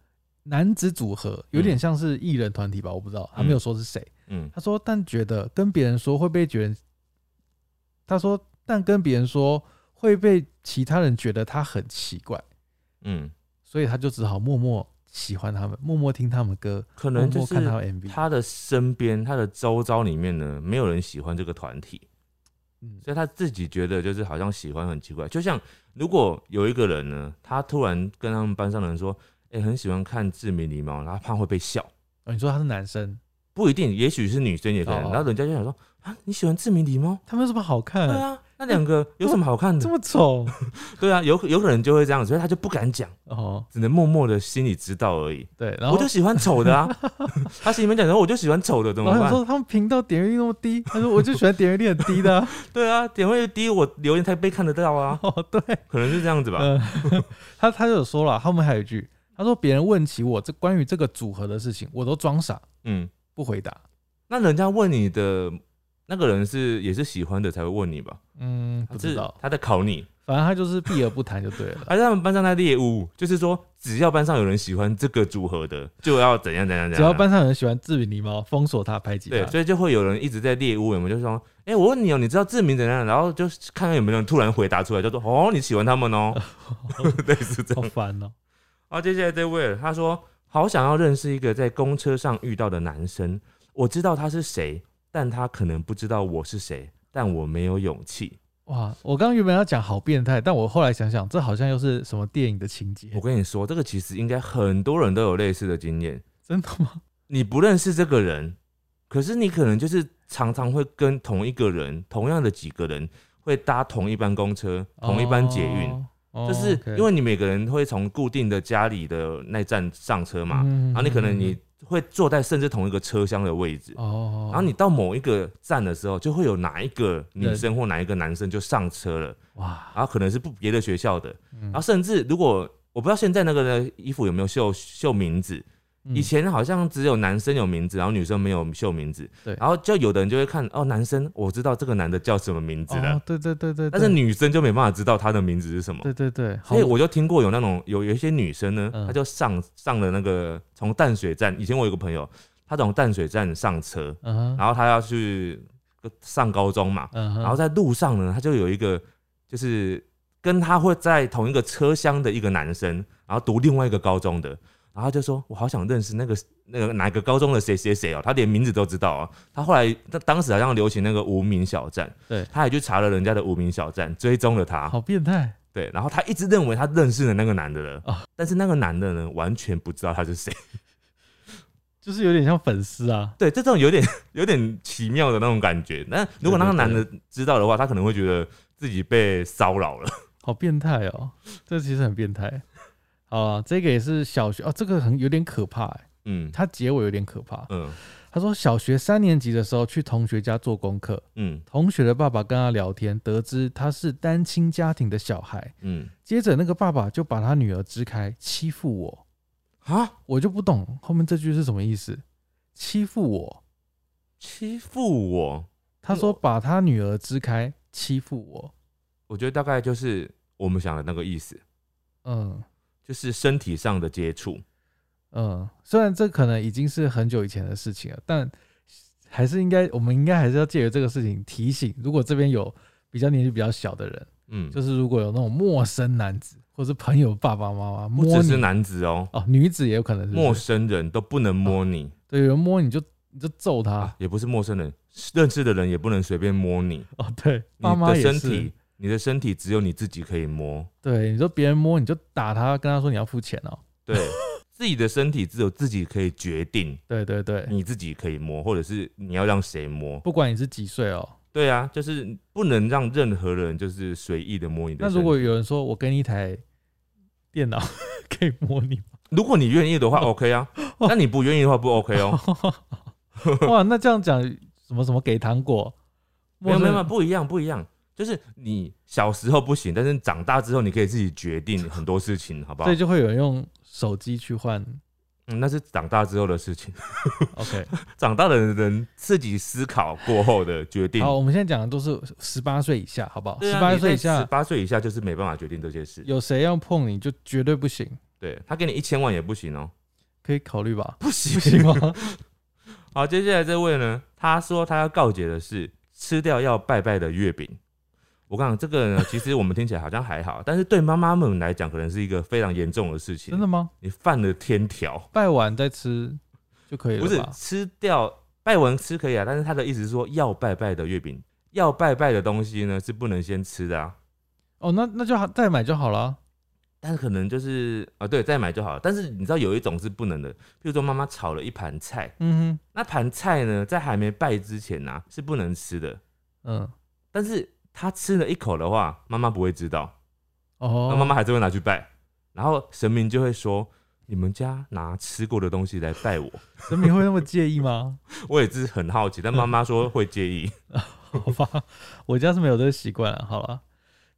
男子组合，有点像是艺人团体吧，我不知道，他没有说是谁。
嗯，
他说但觉得跟别人说会被觉得，他说但跟别人说会被其他人觉得他很奇怪，
嗯，
所以他就只好默默喜欢他们，默默听他们歌，
可
默
能就
默
是
看他们 MV。
他的身边、他的周遭里面呢，没有人喜欢这个团体，
嗯，
所以他自己觉得就是好像喜欢很奇怪。就像如果有一个人呢，他突然跟他们班上的人说：“哎、很喜欢看《志明狸猫》，然后他怕会被笑。”
哦你说他是男生，
不一定，也许是女生也可能。
哦
然后人家就想说：“啊，你喜欢《志明狸猫
他们有什么好？”看？
对啊，那两个有什么好看
这
的？
么 丑
对啊，有有可能就会这样，所以他就不敢讲，
哦，
只能默默的心里知道而已。
对，然后
我就喜欢丑 的啊，他心里面讲说：“我就喜欢丑的，怎么
然后
办？”
想说他们频道点阅率那么低，他说我就喜欢点阅率很低的 啊、
对啊，点位低，我留言才被看得到啊，
哦，对，
可能是这样子吧。
嗯、他他就有说了，后面还有一句，他说别人问起我这关于这个组合的事情，我都装傻
嗯，
不回答。
那人家问你的那个人是也是喜欢的才会问你吧？
嗯，不知
是
道，
他在考你，
反正他就是避而不谈就对 了。
而且他们班上在猎物，就是说只要班上有人喜欢这个组合的，就要怎样怎样怎样。
只要班上啊有人喜欢志云狸猫，封锁他，排挤
对，
他。
所以就会有人一直在猎物，我们就说，哎、我问你哦、你知道志明怎样？然后就看看有没有人突然回答出来，就说，哦，你喜欢他们哦、 类似这
好
样。
烦哦、
好，啊接下来这位，他说好想要认识一个在公车上遇到的男生，我知道他是谁，但他可能不知道我是谁，但我没有勇气。
哇，我刚刚原本要讲好变态，但我后来想想，这好像又是什么电影的情节
我，跟你说，这个其实应该很多人都有类似的经验。
真的吗？
你不认识这个人，可是你可能就是常常会跟同一个人、同样的几个人会搭同一班公车、同一班捷运，
哦，哦
就是
，OK
因为你每个人会从固定的家里的那站上车嘛，啊
嗯
然后你可能
嗯
你会坐在甚至同一个车厢的位置，
哦，
然后你到某一个站的时候，就会有哪一个女
人
生或哪一个男生就上车了，
哇，
然后可能是不别的学校的，
嗯
然后甚至如果我不知道现在那个的衣服有没有绣绣名字，
嗯
以前好像只有男生有名字，然后女生没有绣名字，
对
然后就有的人就会看哦，男生我知道这个男的叫什么名字了，
哦，对对对对，
但是
对
女生就没办法知道他的名字是什么。
对对对，好
所以我就听过有那种有有一些女生呢，
嗯
她就上上了那个从淡水站，以前我有个朋友，她从淡水站上车，
嗯哼
然后他要去上高中嘛，
嗯哼，
然后在路上呢，他就有一个就是跟他会在同一个车厢的一个男生，然后读另外一个高中的，然后他就说：“我好想认识那个那个哪个高中的谁谁谁哦。”他连名字都知道啊。他后来他当时好像流行那个无名小站，
对
他也去查了人家的无名小站，追踪了他，
好变态，
对，然后他一直认为他认识了那个男的了，
啊
但是那个男的呢，完全不知道他是谁。
就是有点像粉丝啊。
对，这种有点 有点奇妙的那种感觉。那如果那个
对对
男
对
的知道的话，他可能会觉得自己被骚 扰了。
好变态哦，这其实很变态。好啊，这个也是小学哦，这个很有点可怕、欸，
嗯
它结尾有点可怕。
嗯
他说小学三年级的时候去同学家做功课，
嗯
同学的爸爸跟他聊天，得知他是单亲家庭的小孩，
嗯，
接着那个爸爸就把他女儿支开，欺负我，
啊，
我就不懂后面这句是什么意思，欺负我。
欺负我，
他说把他女儿支开，欺负我。
我觉得大概就是我们想的那个意思，
嗯
就是身体上的接触。
嗯，虽然这可能已经是很久以前的事情了，但还是应该，我们应该还是要借由这个事情提醒，如果这边有比较年纪比较小的人，
嗯，
就是如果有那种陌生男子或是朋友爸爸妈妈
不
摸
只
你
是男子哦，
哦，女子也有可能是不是
陌生人都不能摸你
对，有人摸你就你就揍他、
啊，也不是陌生人，认识的人也不能随便摸你。
哦，对，
你
爸妈
的
也
身
是
体，，你的身体只有你自己可以摸。
对，你说别人摸你就打他，跟他说你要付钱哦，
对，自己的身体只有自己可以决定，
对对对，
你自己可以摸，或者是你要让谁摸。
不管你是几岁哦，
对啊，就是不能让任何人就是随意的摸你的
那
身体。
如果有人说我给你一台电脑 可以摸你
如果你愿意的
哦
话，OK 啊。那你不愿意的话，不 OK 哦。
吗，哇，那这样讲什么什么给糖果，
没
陌
有没
生
有没有，不一样不一样。就是你小时候不行，但是长大之后你可以自己 决定很多事情，好不好
所以？就会有人用手机去换
嗯，那是长大之后的事情。
，OK，
长大的人自己思考过后的决定。啊
好，我们现在讲的都是十八岁以下，好不好？十八岁以
十
下。
八岁以下就是没办法决定这些事。
有谁要碰你就绝对不行，
对他给你一千万也不行哦、
可以考虑 吧？
不行
不行哦吗？
好，接下来这位呢，他说他要告解的是吃掉要拜拜的月饼。我跟你讲这个呢，其实我们听起来好像还好，但是对妈妈们来讲，可能是一个非常严重的事情。
真的，吗？
你犯了天条，
拜完再吃就可以
不
了
是
吧？
吃掉拜完吃可以啊，但是他的意思是说要拜拜的月饼，要拜拜的东西呢是不能先吃的啊。
哦，那那就好再买就好了。啊
但是可能就是啊，对，再买就好了。但是你知道有一种是不能的，譬如说妈妈炒了一盘菜，
嗯
那盘菜呢，在还没拜之前呢、是不能吃的，
哼，嗯，
但是他吃了一口的话，妈妈不会知道，那
哦，
妈妈还是会拿去拜，然后神明就会说。你们家拿吃过的东西来拜我，
神明会那么介意吗？
我也是很好奇，但妈妈说会 介意。
好吧， 我家是没有这个习惯了。好了，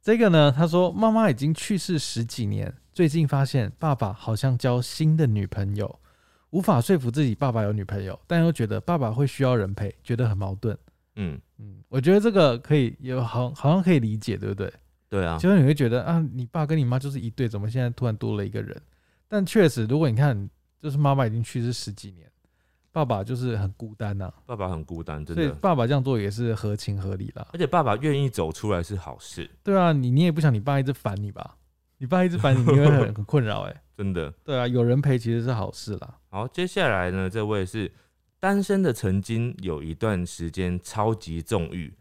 这个呢，他说妈妈已经去世十几年，最近发现爸爸好像交新的女朋友，无法说服自己爸爸有女朋友，但又觉得爸爸会需要人陪，觉得很矛盾。
嗯，
嗯，我觉得这个可以有好好像可以理解，对不对？
对啊，
就是你会觉得啊，你爸跟你妈就是一对，怎么现在突然多了一个人？但确实，如果你看，就是妈妈已经去世十几年，爸爸就是很孤单呐、
爸爸很孤单，真
所以
的，
爸爸这样做也是合情合理啦。
而且爸爸愿意走出来是好事，
对啊，你你也不想你爸一直烦你吧？你爸一直烦你，你会 很很困扰哎、
真的。
对啊，有人陪其实是好事啦。
好，接下来呢，这位是单身的，曾经有一段时间超级纵欲，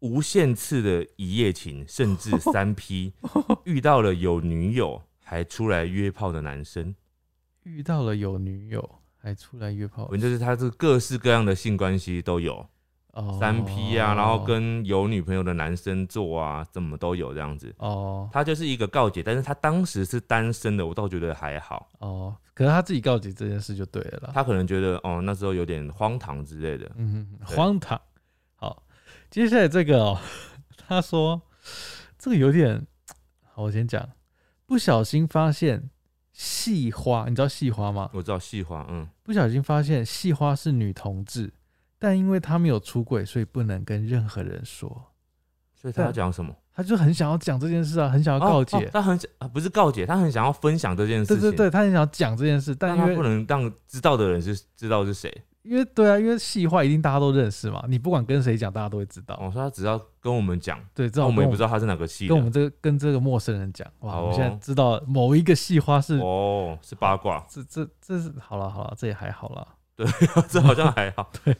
无限次的一夜情，甚至三 P，遇到了有女友还出来约炮的男生，
遇到了有女友还出来约炮
反，正哦就是他是各式各样的性关系都有，
哦
三 P 啊，然后跟有女朋友的男生做啊，怎么都有这样子。
哦
他就是一个告解，但是他当时是单身的，我倒觉得还好。
哦，可是他自己告急这件事就对了啦。
他可能觉得哦，那时候有点荒唐之类的。
嗯，
对
荒唐。好，接下来这个哦， 他说这个有点，好，我先讲，不小心发现细花，你知道细花吗？
我知道细花，嗯，
不小心发现细花是女同志，但因为她没有出轨，所以不能跟任何人说。
所以他要讲什么？
他就很想要讲这件事啊，很想要
哦
告
哦
解，
他很想啊，不是告解，他很想要分享这件事
对
情，
对对，他很想要讲这件事，但
但
因
他
为
不能让知道的人是知道是谁。
因为对啊，因为细话一定大家都认识嘛，你不管跟谁讲，大家都会知道。
哦，说他只要跟我们讲，
对，知
那
道
我们也
跟
不知道他是哪个系
跟我们
的。
这个跟这个陌生人讲，哇，
好
我们现在
哦
知道某一个系花是、
哦，是八卦，
这这这是好了好了，这也还好啦。
这好像还好。
对，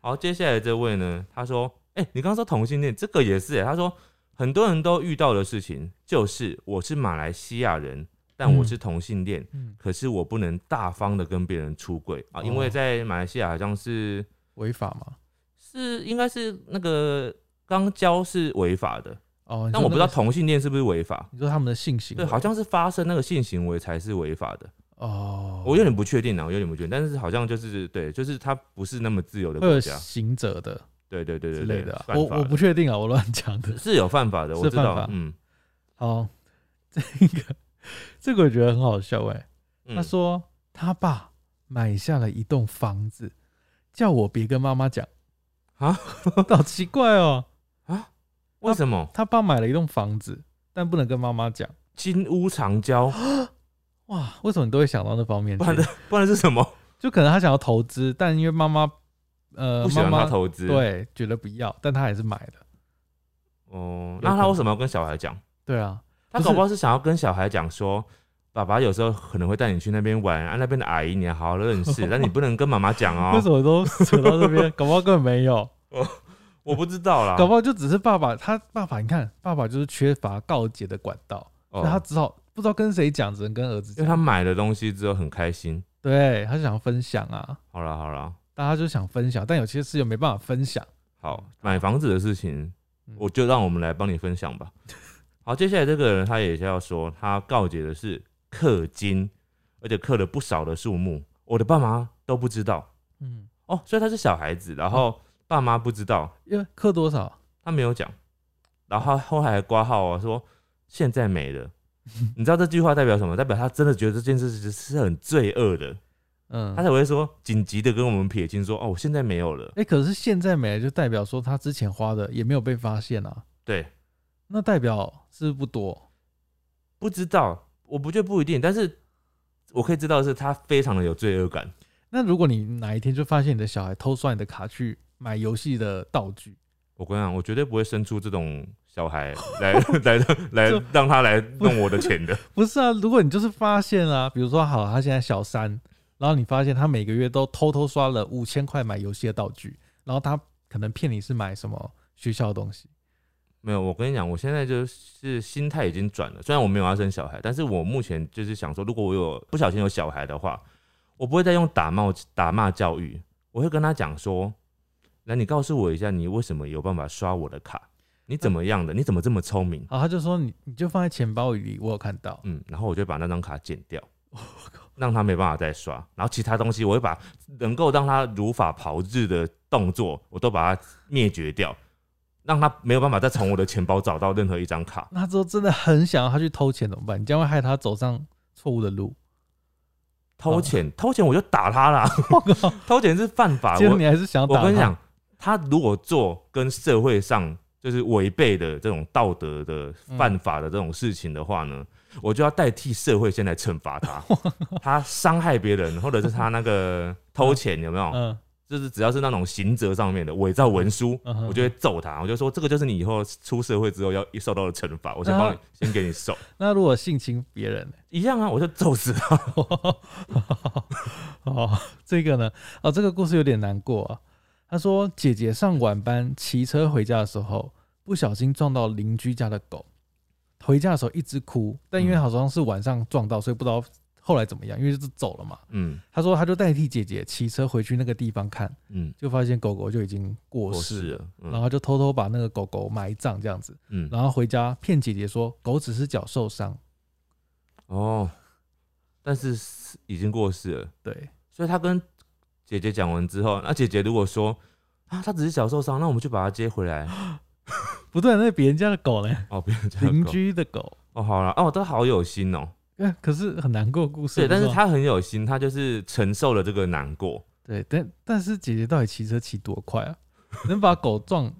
好，接下来这位呢，他说：“哎、你刚刚说同性恋，这个也是、欸。”他说：“很多人都遇到的事情就是，我是马来西亚人，但我
嗯
是同性恋，
嗯，
可是我不能大方的跟别人出轨啊，因为
哦
在马来西亚好像是
违法嘛？
是应该是那个肛交是违法的，
哦，你
但
说
我不知
那
道
个是，
同性恋是不是违法。
你说他们的性行为
对，好像是发生那个性行为才是违法的，
哦，
我有点不确定啊，我有点不确定，但是好像就是对，就是它不是那么自由的
会有
国家，
行者的
对对对
之
对
类
对
的啊，
犯
我
法
我不
的
确定啊，我乱讲的。
是有犯法的，我
是
知
犯
道
法，
嗯，
好，这个这个我觉得很好笑哎、
嗯
他说他爸买下了一栋房子，叫我别跟妈妈讲
啊，
好奇怪哦。
为什么
他爸买了一栋房子，但不能跟妈妈讲。
金屋藏 娇，
哇，为什么你都会想到那方面去
不？然的不然是什么？
就可能他想要投资，但因为妈妈呃
不喜
妈
欢他
妈
投资，，
对觉得不要，但他还是买了。
哦
有，
那
可
他为
能
什么要跟小孩讲？
对啊，
他
不
搞
是
不好是想要跟小孩讲说，爸爸有时候可能会带你去那边玩啊，那边的阿姨你要好好认识，但你不能跟妈妈讲
为
哦
什。么都扯到这边？搞不好根本没有，
我不知道啦，
搞不好就只是爸爸他爸爸，你看爸爸就是缺乏告解的管道，
哦
所以他只好不知道跟谁讲，只能跟儿子
因
讲。
为他买了东西之后很开心。
对，他就想分享啊，
好啦好啦，
大家就想分享，但有些事又没办法分享。
好，买房子的事情
嗯，
我就让我们来帮你分享吧。好，接下来这个人他也是要说，他告解的是氪金，而且氪了不少的数目，我的爸妈都不知道
嗯，
哦，所以他是小孩子，然后爸妈不知道，
因为克多少？
他没有讲，然后他后来还挂号啊，说现在没了。 你知道这句话代表什么？代表他真的觉得这件事情是很罪恶的，
嗯，
他才会说紧急的跟我们撇清说，哦，我现在没有了。
哎、可是现在没了，就代表说他之前花的也没有被发现啊。
对，
那代表是不是不多？
不知道，我不觉得不一定，但是我可以知道的是他非常的有罪恶感。
那如果你哪一天就发现你的小孩偷刷你的卡去买游戏的道具，
我跟你讲，我绝对不会生出这种小孩来来来
这
让他来弄我的钱的。
不是啊？如果你就是发现啊，比如说好，他现在小三，然后你发现他每个月都偷偷刷了五千块买游戏的道具，然后他可能骗你是买什么学校的东西，
没有，我跟你讲，我现在就是心态已经转了。虽然我没有要生小孩，但是我目前就是想说，如果我有不小心有小孩的话，我不会再用打骂打骂教育，我会跟他讲说：“来，你告诉我一下，你为什么有办法刷我的卡？你怎么样的？你怎么这么聪明
好，他就说你你就放在钱包里，我有看到？”。
嗯，然后我就把那张卡剪掉，让他没办法再刷。然后其他东西，我会把能够让他如法炮制的动作，我都把它灭绝掉，让他没有办法再从我的钱包找到任何一张卡。
那之后真的很想要他去偷钱怎么办？你将会害他走上错误的路。
偷钱，偷钱我就打他啦！偷钱是犯法。
结果你
啊我
还是想打
我跟你
他
讲，，他如果做跟社会上就是违背的这种道德的
嗯
犯法的这种事情的话呢，我就要代替社会先来惩罚他。他伤害别人，或者是他那个偷钱，有没有？
嗯
就是只要是那种刑责上面的伪造文书，
嗯哼，
我就会揍他。我就说这个就是你以后出社会之后要受到的惩罚，我先帮你
啊
先给你受。
那如果性侵别人呢，
一样啊，我就揍死他。
哦，这个呢，哦，这个故事有点难过啊。他说，姐姐上晚班骑车回家的时候，不小心撞到邻居家的狗，回家的时候一直哭，但因为
嗯
好像是晚上撞到，所以不知道后来怎么样，因为就是走了嘛。
嗯
他说，他就代替姐姐骑车回去那个地方看，
嗯，
就发现狗狗就已经过世了，
了。
然
嗯
后就偷偷把那个狗狗埋葬这样子，
嗯，
然后回家骗姐姐说狗只是脚受伤，
哦，但是是已经过世了，
对，
所以他跟姐姐讲完之后，那姐姐如果说啊，他只是小受伤，那我们就把他接回来。
不对，那是别人家的 狗呢，
哦，不要这样
邻
搞
居的狗，
哦，好了，哦，都好有心哦、
哎可是很难过的故事，
对，但是
不吗
他很有心，他就是承受了这个难过。
对，但但是姐姐到底骑车骑多快啊？ 能把狗 撞？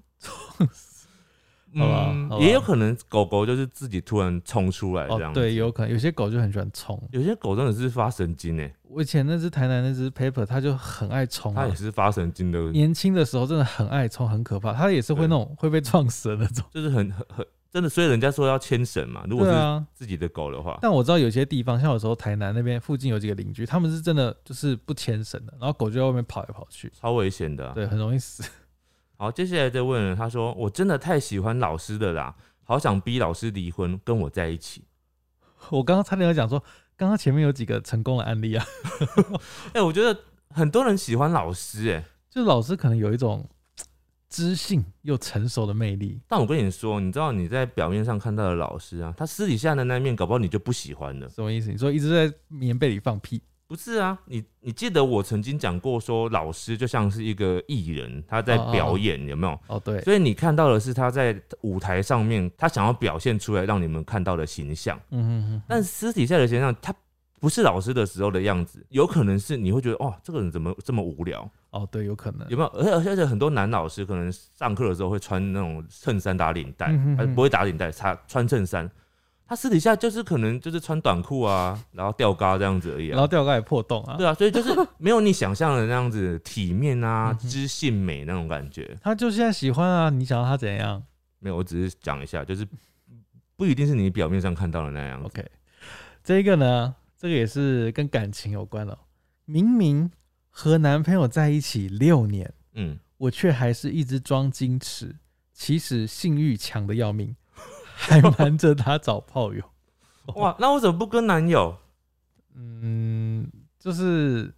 好吧好吧
嗯也有可能狗狗就是自己突然冲出来这
哦，
样。
对，，有可能有些狗就很喜欢冲。
有些狗真的是发神经哎，
我以前那只台南那只 Paper，它就很爱冲、
它
啊
也。是发神经的，
年轻的时候真的很爱冲，很可怕。它也是会
对
那种会被撞死的那种。
就是很很很真的。所以人家说要牵绳嘛，如果
对
是
啊，
自己的狗的话，
但我知道有些地方，像有时候台南那边附近有几个邻居，他们是真的就是不牵绳的，然后狗就在外面跑来跑去，
超危险的啊、
对，很容易死。
好，接下来这位人他说：“我真的太喜欢老师的啦，好想逼老师离婚跟我在一起。”
我刚刚差点要讲说，刚刚前面有几个成功的案例啊，
哎、我觉得很多人喜欢老师、哎，
就老师可能有一种知性又成熟的魅力，
但我跟你说，你知道你在表面上看到的老师啊，他私底下的那一面，搞不好你就不喜欢了。
什么意思？你说一直在棉被里放屁，
不是啊，你你记得我曾经讲过，说老师就像是一个艺人，他在
哦哦
表演，有没有？
哦对，
所以你看到的是他在舞台上面，他想要表现出来让你们看到的形象，
嗯嗯嗯，
但私底下的形象，他不是老师的时候的样子，有可能是你会觉得，哦，这个人怎么这么无聊？
哦对，有可能，
有没有？而且而且而且很多男老师可能上课的时候会穿那种衬衫打领带，
嗯哼哼
呃不会打领带，他穿衬衫。他私底下就是可能就是穿短裤啊，然后吊嘎这样子而已
然后
啊。
吊盖也破洞啊，
对啊，所以就是没有你想象的那样子体面啊、
嗯哼
知性美那种感觉。
他就现在喜欢啊，你想要他怎样
没有，我只是讲一下，就是不一定是你表面上看到的那样子。
？OK，这一个呢，这个也是跟感情有关了。明明和男朋友在一起六年，
嗯，
我却还是一直装矜持，其实性欲强的要命，还瞒着他找炮友。
哇，那为什么不跟男友？
嗯，就是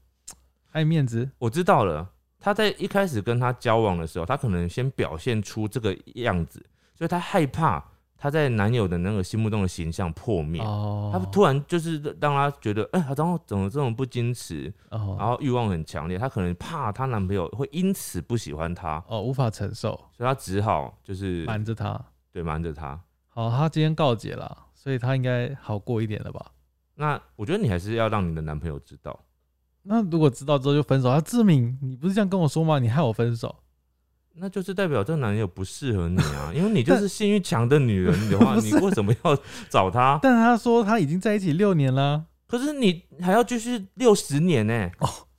爱面子，
我知道了，他在一开始跟他交往的时候，他可能先表现出这个样子，所以他害怕他在男友的那个心目中的形象破灭。
哦，
他突然就是让他觉得，哎、他怎么怎么这种不矜持，然
哦
后欲望很强烈，她可能怕她男朋友会因此不喜欢她，
哦无法承受，
所以她只好就是
瞒着他。
对瞒着他。
好，他今天告解了，所以他应该好过一点了吧？
那我觉得你还是要让你的男朋友知道，
那如果知道之后就分手，他志敏，你不是这样跟我说吗？你害我分手，
那就是代表这个男友不适合你啊，因为你就是性欲强的女人 的话，你为什么要找他？
但他说他已经在一起六年啦，
可是你还要继续六十年呢、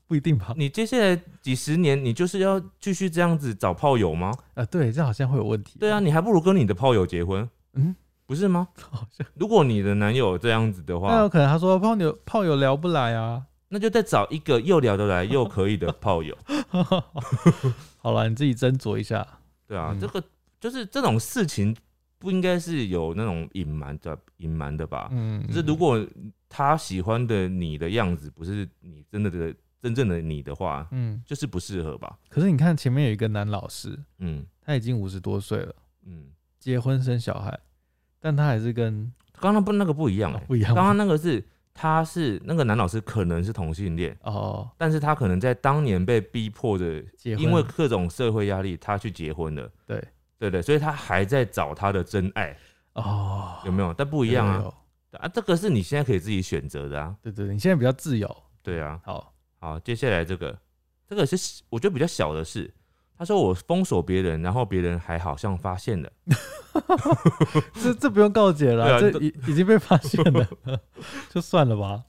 不一定吧？
你接下来几十年，你就是要继续这样子找炮友吗？
啊，对，这样好像会有问题。
对啊，，你还不如跟你的炮友结婚，
嗯，
不是吗？
好像哎
如果你的男友这样子
那
的
有
话，
可能他说炮友炮友聊不来啊。
那就再找一个又聊得来又可以的炮友。
好了，你自己斟酌一下。
对啊，
嗯
这个就是这种事情不应该是有那种隐瞒的隐瞒的吧？
嗯，
啊就是如果他喜欢的你的样子不是你真的的真正的你的话，
嗯，
就是不适合吧？
可是你看前面有一个男老师，
嗯
他已经五十多岁了，
嗯，
结婚生小孩，但他还是跟
刚刚不那个不一样、
哦
欸，
不一样
刚
吗。
刚那个是他是那个男老师可能是同性恋，
哦，
但是他可能在当年被逼迫着，
结婚
因为各种社会压力，他去结婚了。
对
对对，所以他还在找他的真爱，
哦
有没有？但不一样
有有
啊
有
啊，这个是你现在可以自己选择的啊。
对对，对你现在比较自由。
对啊，
好，
好，接下来这个这个是我觉得比较小的事。他说我封锁别人，然后别人还好像发现了，
这这不用告解了啊、
对啊
这已已经被发现了， 就算了吧。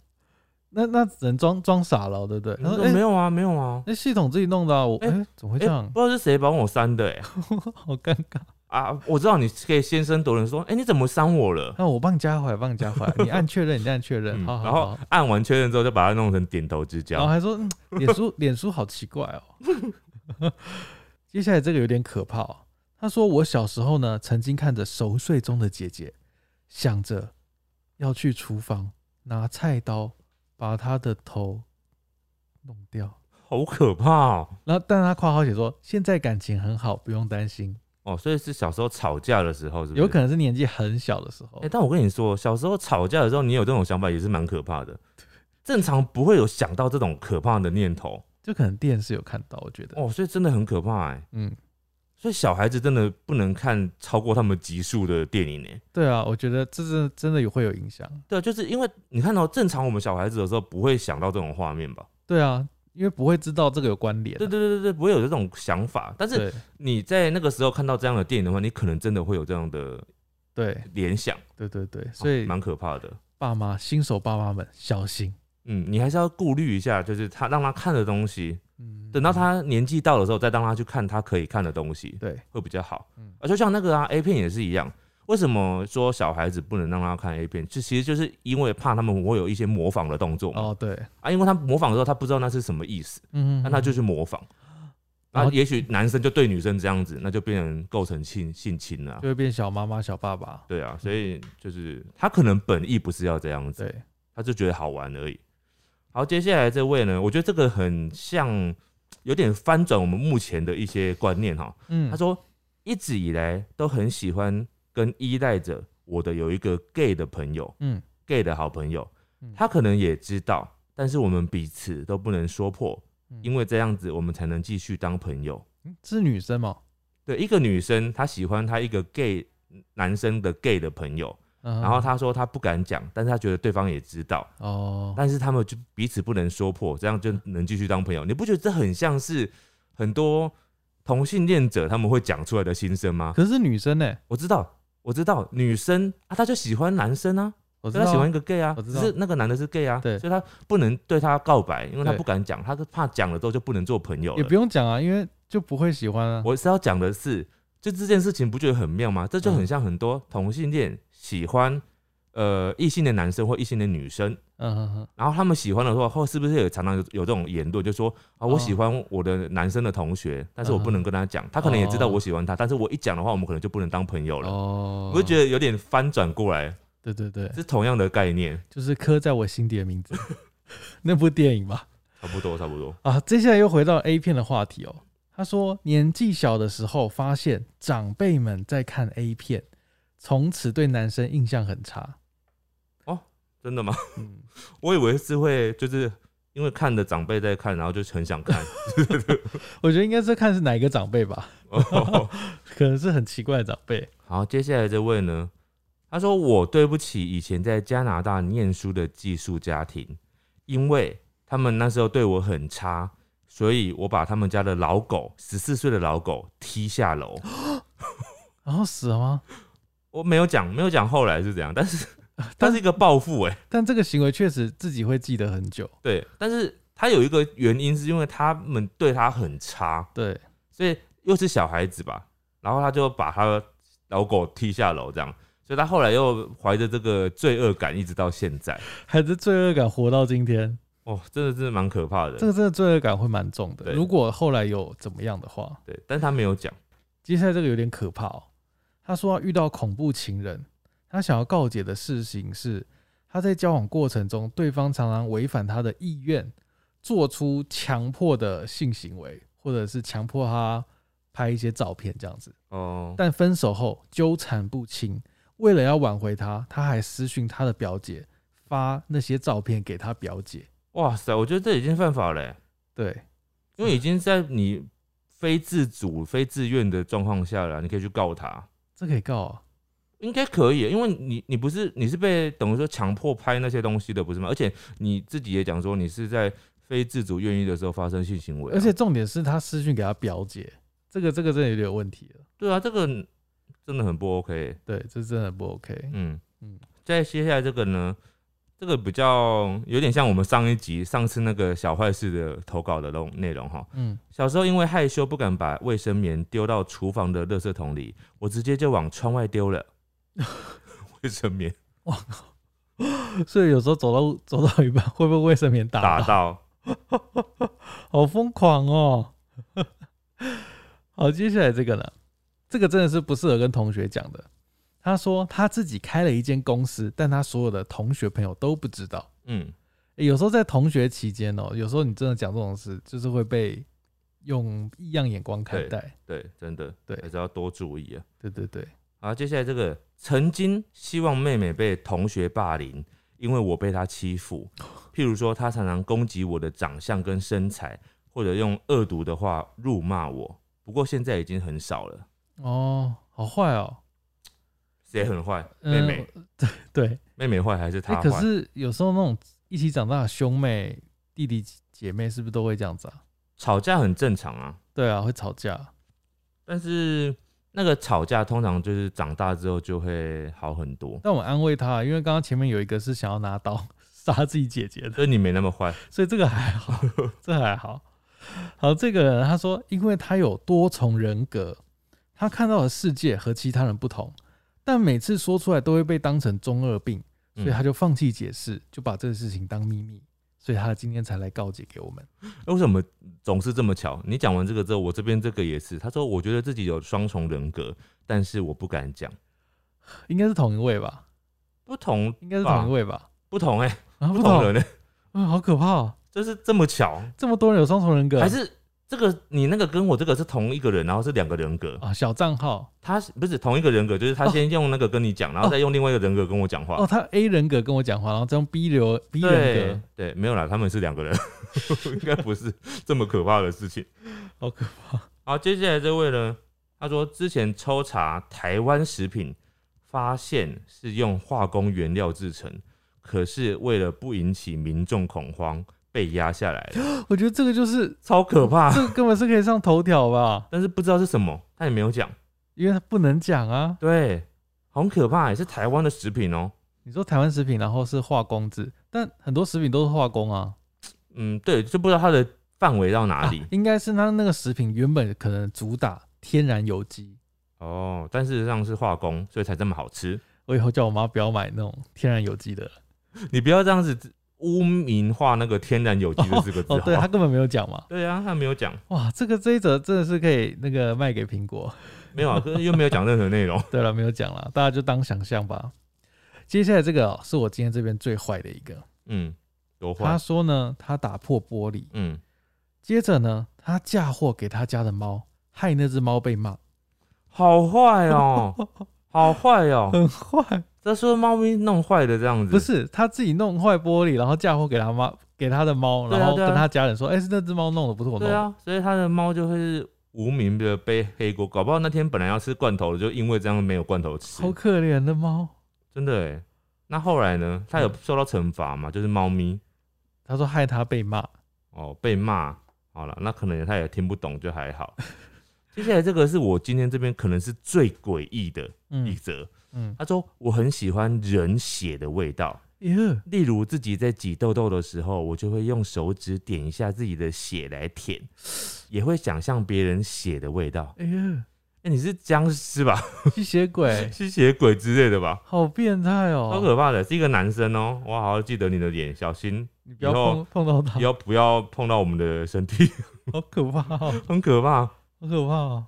那那只能装装傻了，对不对？
你
他说
说
哎
没有啊，没有啊，
那系统自己弄的、啊，我哎、
哎
怎么会这
哎、
样？
不知道是谁帮我删的、欸，
好尴尬。
啊，我知道你可以先声夺人说，哎、你怎么删我了？
那我帮你加回来，帮你加回来，你按确认，你按确认，
嗯
好好
然
好
后按完确认之后，就把它弄成点头之
然后
交。
还说，嗯脸 书脸书好奇怪哦。 接下来这个有点可怕、哦。他说我小时候呢，曾经看着熟睡中的姐姐，想着要去厨房拿菜刀把她的头弄掉。
好可怕哦！
然后，但他括号写说，现在感情很好，不用担心。
哦，所以是小时候吵架的时候，是不是？
有可能是年纪很小的时候
哎、，但我跟你说，小时候吵架的时候，你有这种想法也是蛮可怕的。正常不会有想到这种可怕的念头
就可能电视有看到，我觉得，
哦，所以真的很可怕哎、
嗯，
所以小孩子真的不能看超过他们集数的电影呢、欸
对啊，我觉得这是真的有会有影响。
对啊，就是因为你看到、正常我们小孩子的时候不会想到这种画面吧？
对啊，因为不会知道这个有关联啊、
对对对对对，不会有这种想法。但是
对
你在那个时候看到这样的电影的话，你可能真的会有这样的
对
联想，哦
对对对，所以
蛮、可怕的。
爸妈新手爸妈们小心。
嗯，你还是要顾虑一下，就是他让他看的东西，
嗯，
等到他年纪到的时候，再让他去看他可以看的东西，
对
会比较好
嗯。
啊，就像那个啊，A 片也是一样。为什么说小孩子不能让他看 A 片？就其实就是因为怕他们会有一些模仿的动作嘛。
哦对，
啊，因为他模仿的时候，他不知道那是什么意思，
嗯，
那他就去模仿。
然
啊，
后
也许男生就对女生这样子，那就变成构成性性侵了啊
就。会变小妈妈、小爸爸。
对啊，所以就是他可能本意不是要这样
嗯
子，
对，
他就觉得好玩而已。好，接下来这位呢，我觉得这个很像，有点翻转我们目前的一些观念哈。
嗯，
他说一直以来都很喜欢跟依赖着我的有一个 gay 的朋友
嗯
，gay 的好朋友
嗯，
他可能也知道，但是我们彼此都不能说破，
嗯
因为这样子我们才能继续当朋友。
嗯是女生嘛，
对，一个女生她喜欢她一个 gay 男生的 gay 的朋友，
然
然后她说她不敢讲，但是她觉得对方也知道，
哦，
但是他们就彼此不能说破，这样就能继续当朋友。你不觉得这很像是很多同性恋者他们会讲出来的心声吗？
可是女生呢？
我知道，我知道，女生啊，她就喜欢男生啊，
我知
所以
道
她喜欢
啊
一个 gay 啊，
我知
只
道
是那个男的是 gay 啊，
对
所以她不能对他告白，因为她
对
不敢讲，她是怕讲了之后就不能做朋友
也
了
不。用讲啊，因为就不会喜欢啊。
我是要讲的是，就这件事情不觉得很妙吗？这就很像很多同性恋喜欢呃异性的男生或异性的女生，
嗯哼哼，
然后他们喜欢的话，后是不是也常常有有这种言论，就说啊，我
哦
喜欢我的男生的同学，但是我不能跟他讲，他可能也知道我喜欢他，但是我一讲的话，我们可能就不能当朋友了。
哦，
我就觉得有点翻转过来，
对对对，
是同样的概念，
就是刻在我心底的 名字，那部电影吧。
差不多，差不多。
啊，接下来又回到 A 片的话题哦。他说，年纪小的时候发现长辈们在看 A 片，从此对男生印象很差。
真的吗？
嗯，
我以为是会，就是因为看的长辈在看，然后就很 想看。
我觉得应该是看是哪一个长辈吧，
哦
可能是很奇怪的长辈。
好，接下来这位呢，他说：“我对不起以前在加拿大念书的寄宿家庭，因为他们那时候对我很差，所以我把他们家的老狗，十四岁的老狗踢下楼。
然后死了吗？
我没有讲，没有讲后来是怎样，但是它是一个报复哎、
但这个行为确实自己会记得很久。
对，但是他有一个原因是因为他们对他很差，
对，
所以又是小孩子吧，然后他就把他的老狗踢下楼这样。”所以他后来又怀着这个罪恶感，一直到现在。
还是罪恶感活到今天，
哦，真的真的蛮可怕的。
这个真的罪恶感会蛮重的。
对
如果后来有怎么样的话，
对，但是他没有讲。
接下来这个有点可怕哦。他说他遇到恐怖情人，他想要告解的事情是，他在交往过程中，对方常常违反他的意愿，做出强迫的性行为，或者是强迫他拍一些照片这样子。
哦，
但分手后纠缠不清，为了要挽回他，他还私讯他的表姐，发那些照片给他表姐。
哇塞，我觉得这已经犯法了欸，
对，
因为已经在你非自主、非自愿的状况下了，你可以去告他，
这可以告啊。
应该可以，因为你你不是你是被等于说强迫拍那些东西的，不是吗？而且你自己也讲说你是在非自主愿意的时候发生性行为啊、
而且重点是他私讯给他表姐，这个这个真的有点问题了。
对啊，这个真的很不 OK 欸。
对，这真的不 OK。
嗯
嗯
嗯，再接下来这个呢，这个比较有点像我们上一集上次那个小坏事的投稿的内容内容哈。
嗯，
小时候因为害羞不敢把卫生棉丢到厨房的垃圾桶里，我直接就往窗外丢了。 卫生棉
所以有时候走到走到一半，会被卫生棉打
打
到，
到，
好疯狂哦！ 好，接下来这个呢，这个真的是不适合跟同学讲的。他说他自己开了一间公司，但他所有的同学朋友都不知道。
嗯，
欸有时候在同学期间哦、有时候你真的讲这种事，就是会被用异样眼光看待。
对，真的，
对
还是要多注意啊。
对对对，
好，接下来这个曾经希望妹妹被同学霸凌，因为我被她欺负，譬如说她常常攻击我的长相跟身材，或者用恶毒的话辱骂我。不过现在已经很少了，
哦，好坏哦、
谁很坏？妹
嗯
妹，
对对。
妹妹坏还是她
哎、
坏？
可是有时候那种一起长大的兄妹、弟弟、姐妹，是不是都会这样子啊？
吵架很正常啊。
对啊，会吵架。
但是那个吵架通常就是长大之后就会好很多，
但我安慰他，啊因为刚刚前面有一个是想要拿刀 杀自己姐姐的，
所以你没那么坏。
所以这个还好，这还好。好，这个人他说，因为他有多重人格，他看到的世界和其他人不同，但每次说出来都会被当成中二病，所以他
嗯
就放弃解释，就把这个事情当秘密，所以他今天才来告解给我们。
为什么总是这么巧？你讲完这个之后，我这边这个也是。他说我觉得自己有双重人格，但是我不敢讲。
应该是同一位吧？
不同
应该是同一位吧？
不同哎、
啊，
不
不
同人
懂，
呢、
嗯，好可怕、哦！
就是这么巧，
这么多人有双重人格，
还是这个你那个跟我这个是同一个人，然后是两个人格。
啊小账号
他是不是同一个人格，就是他先用那个跟你讲，然后再用另外一个人格跟我讲话。
哦，他 A 人格跟我讲话，然后再用 B 流 B
对
人
对，没有啦，他们是两个人， 应该不是这么可怕的事情。
格，好可怕！
好，接下来这位呢，他说之前抽查台湾食品，发现是用化工原料制成，可是为了不引起民众恐慌，被压下来 了，
我觉得这个就是
超可怕。
这个根本是可以上头条吧，
但是不知道是什么，他也没有讲。
因为他不能讲啊。
对，很可怕，也是台湾的食品哦、
你说台湾食品，然后是化工制，但很多食品都是化工啊。
嗯，对，就不知道它的范围到哪 里
啊、、应该是他那个食品原本可能主打天然有机，
哦。但事实上是化工，所以才这么好吃。
我以后叫我妈不要买那种天然有机的。
你不要这样子污名化那个天然有机的四个字好
哦，
不好
对他根本没有讲嘛。
对啊，他没有讲，
哇，这个这一则真的是可以那个卖给苹果。
没有啊，可是又没有讲任何内容。
对了，没有讲了，大家就当想象吧。接下来这个哦、是我今天这边最坏的一个。
嗯，多
他
坏。
说呢，他打破玻璃，
嗯，
接着呢，他嫁祸给他家的猫，害那只猫被 骂，
好坏 哦、好坏哦、
很坏。
这是猫咪弄坏的这样子。
不，是他自己弄坏玻璃，然后嫁祸给他妈，给他的猫，
对啊
然后
对啊
跟他家人说，哎、是那只猫弄的，不是我弄
对
的。
啊，所以他的猫就会是无名的背黑锅，搞不好那天本来要吃罐头的，就因为这样没有罐头吃
好。可怜的猫。
真的哎。那后来呢？他
嗯
有受到惩罚吗？就是猫咪
他说害他被骂，
哦被骂。好了，那可能他也听不懂，就还好。 接下来这个是我今天这边可能是最诡异的一
嗯
则。
嗯，哎
他说我很喜欢人血的味道。
耶，
例如自己在挤痘痘的时候，我就会用手指点一下自己的血来舔，也会想象别人血的味道。
哎呀，
哎、你是僵尸吧？
吸血 鬼，
吸血鬼之类的吧？
好变态
超
哦！
可怕的，是一个男生哦、我好好记得你的脸，小心
你不要
以哦后
碰碰到他
不，要不要碰到我们的身体，
好可怕哦，
很可怕。
好可怕哦。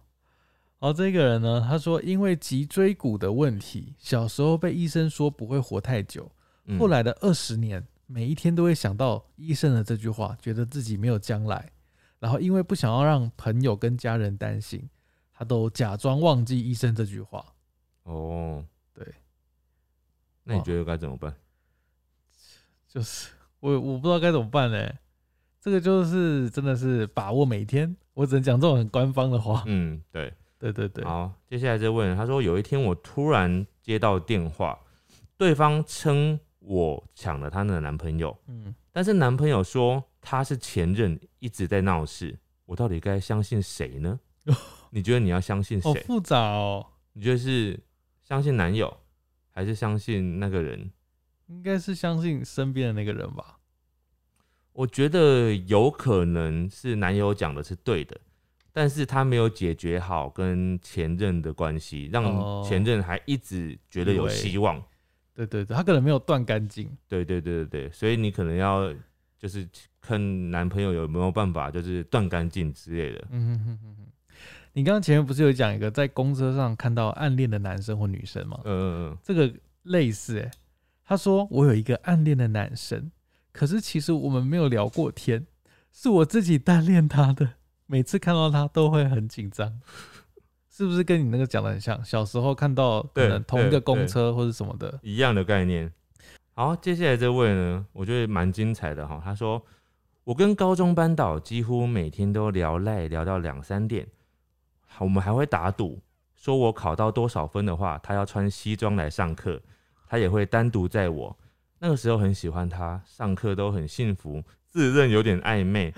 然后这个人呢，他说因为脊椎骨的问题，小时候被医生说不会活太久，
嗯
后来的二十年，每一天都会想到医生的这句话，觉得自己没有将来。然后因为不想要让朋友跟家人担心，他都假装忘记医生这句话。
哦，
对，
那你觉得该怎么办？
就是我我不知道该怎么办呢、欸这个就是真的是把握每一天，我只能讲这种很官方的话。
嗯，对。
对啊对对，
好，接下来这位人他说有一天我突然接到电话，对方称我抢了她的男朋友，
嗯，
但是男朋友说他是前任，一直在闹事，我到底该相信 谁呢？你觉得你要相信
好
谁？
复杂哦，
你觉得是相信男友，还是相信那个人？
应该是相信身边的那个人吧。
我觉得有可能是男友讲的是对的，但是他没有解决好跟前任的关系，让
哦
前任还一直觉得有希望。
对对对，他可能没有断干净。
对对对对对，所以你可能要就是看男朋友有没有办法，就是断干净之类的。
嗯哼哼哼哼。你刚刚前面不是有讲一个在公车上看到暗恋的男生或女生吗？
嗯嗯
这个类似、欸，他说我有一个暗恋的男生，可是其实我们没有聊过天，是我自己单恋他的，每次看到他都会很紧张，是不是跟你那个讲的很像？小时候看到可能
对
同一
对
个公车或者什么的，
一样的概念。好，接下来这位呢，我觉得蛮精彩的哈。他说，我跟高中班导几乎每天都聊赖聊到两三点，我们还会打赌，说我考到多少分的话，他要穿西装来上课，他也会单独载我。那个时候很喜欢他，上课都很幸福，自认有点暧昧，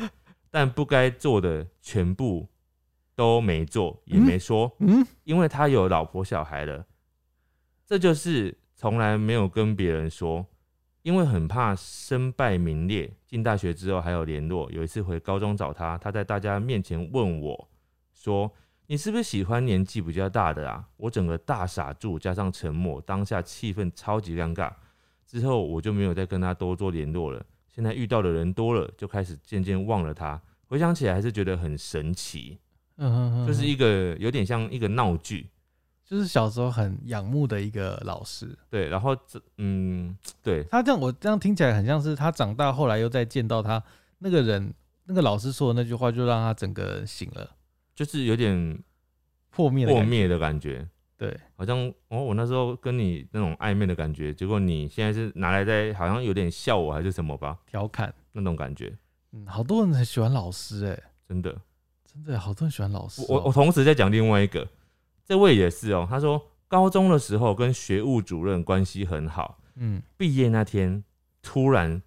但不该做的全部都没做，也没说。
嗯，
因为他有老婆小孩了，这就是从来没有跟别人说，因为很怕身败名裂。进大学之后还有联络，有一次回高中找他，他在大家面前问我说：“你是不是喜欢年纪比较大的啊？”我整个大傻住，加上沉默，当下气氛超级尴尬。之后我就没有再跟他多做联络了。现在遇到的人多了，就开始渐渐忘了他。回想起来还是觉得很神奇，
嗯哼哼，
就是一个有点像一个闹剧。
就是小时候很仰慕的一个老师。
对，然后这嗯，对
他这样我这样听起来很像是他长大后来又再见到他那个人，那个老师说的那句话就让他整个人醒了，
就是有点
破灭的
破
感觉
灭的感觉，
对，
好像哦，我那时候跟你那种暧昧的感觉，结果你现在是拿来在好像有点笑我还是什么吧，
调侃。
那种感觉，
嗯，好多人很喜欢老师哎、
真的。
真的好多人喜欢老师哦、
我我同时在讲另外一个，这位也是哦，他说高中的时候跟学务主任关系很好，
嗯，
毕业那天突然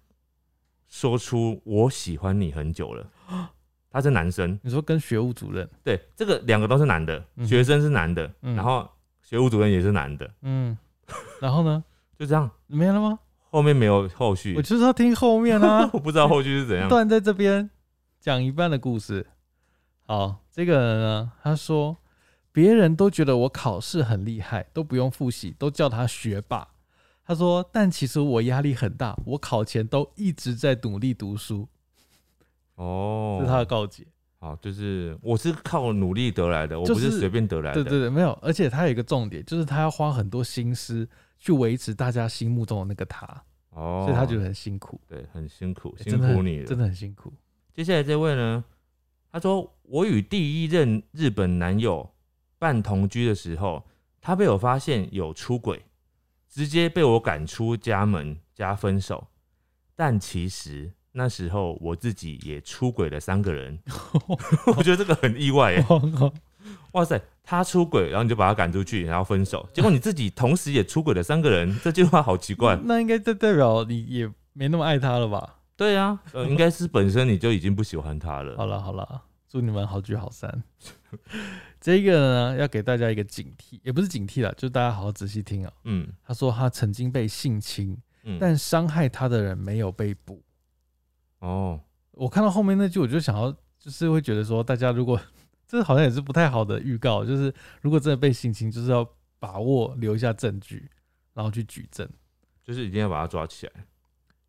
说出我喜欢你很久 了，他是男生，
你说跟学务主任，
对，这个两个都是男的，
嗯哼
学生是男的，
嗯
然后学务主任也是男的，
嗯，然后呢，
就这样，
没了吗？
后面没有后续，
我，就是要听后面啊
我不知道后续是怎样。
断在这边讲一半的故事。好，这个人呢，他说别人都觉得我考试很厉害，都不用复习，都叫他学霸。他说，但其实我压力很大，我考前都一直在努力读书，
哦
这，是他的告诫。
好，就是我是靠努力得来的，我
就
不是
是
随便得来
对
的。
对对，没有，而且他有一个重点，就是他要花很多心思去维持大家心目中的那个他，
哦，
所以他觉得很辛苦，
对很辛苦，
欸
辛
真的
苦
很
你了。
真的很辛苦。
接下来这位呢，他说我与第一任日本男友办同居的时候，他被我发现有出轨，直接被我赶出家门加分手。但其实那时候我自己也出轨了三个人， 我觉得这个很意外耶！哇塞，他出轨，然后你就把他赶出去，然后分手，结果你自己同时也出轨了三个人， 这句话好奇怪。
那应该代代表你也没那么爱他了吧？
对啊，呃，应该是本身你就已经不喜欢他了。
好了好了，祝你们好聚好 散。这个呢，要给大家一个警惕，也不是警惕啦，就大家好好仔细听啊、
嗯
他说他曾经被性侵，
嗯，
但伤害他的人没有被捕。
哦，
我看到后面那句，我就想要，就是会觉得说，大家如果这好像也是不太好的预告，就是如果真的被性侵，就是要把握留下证据，然后去举证。
就是一定要把他抓起来，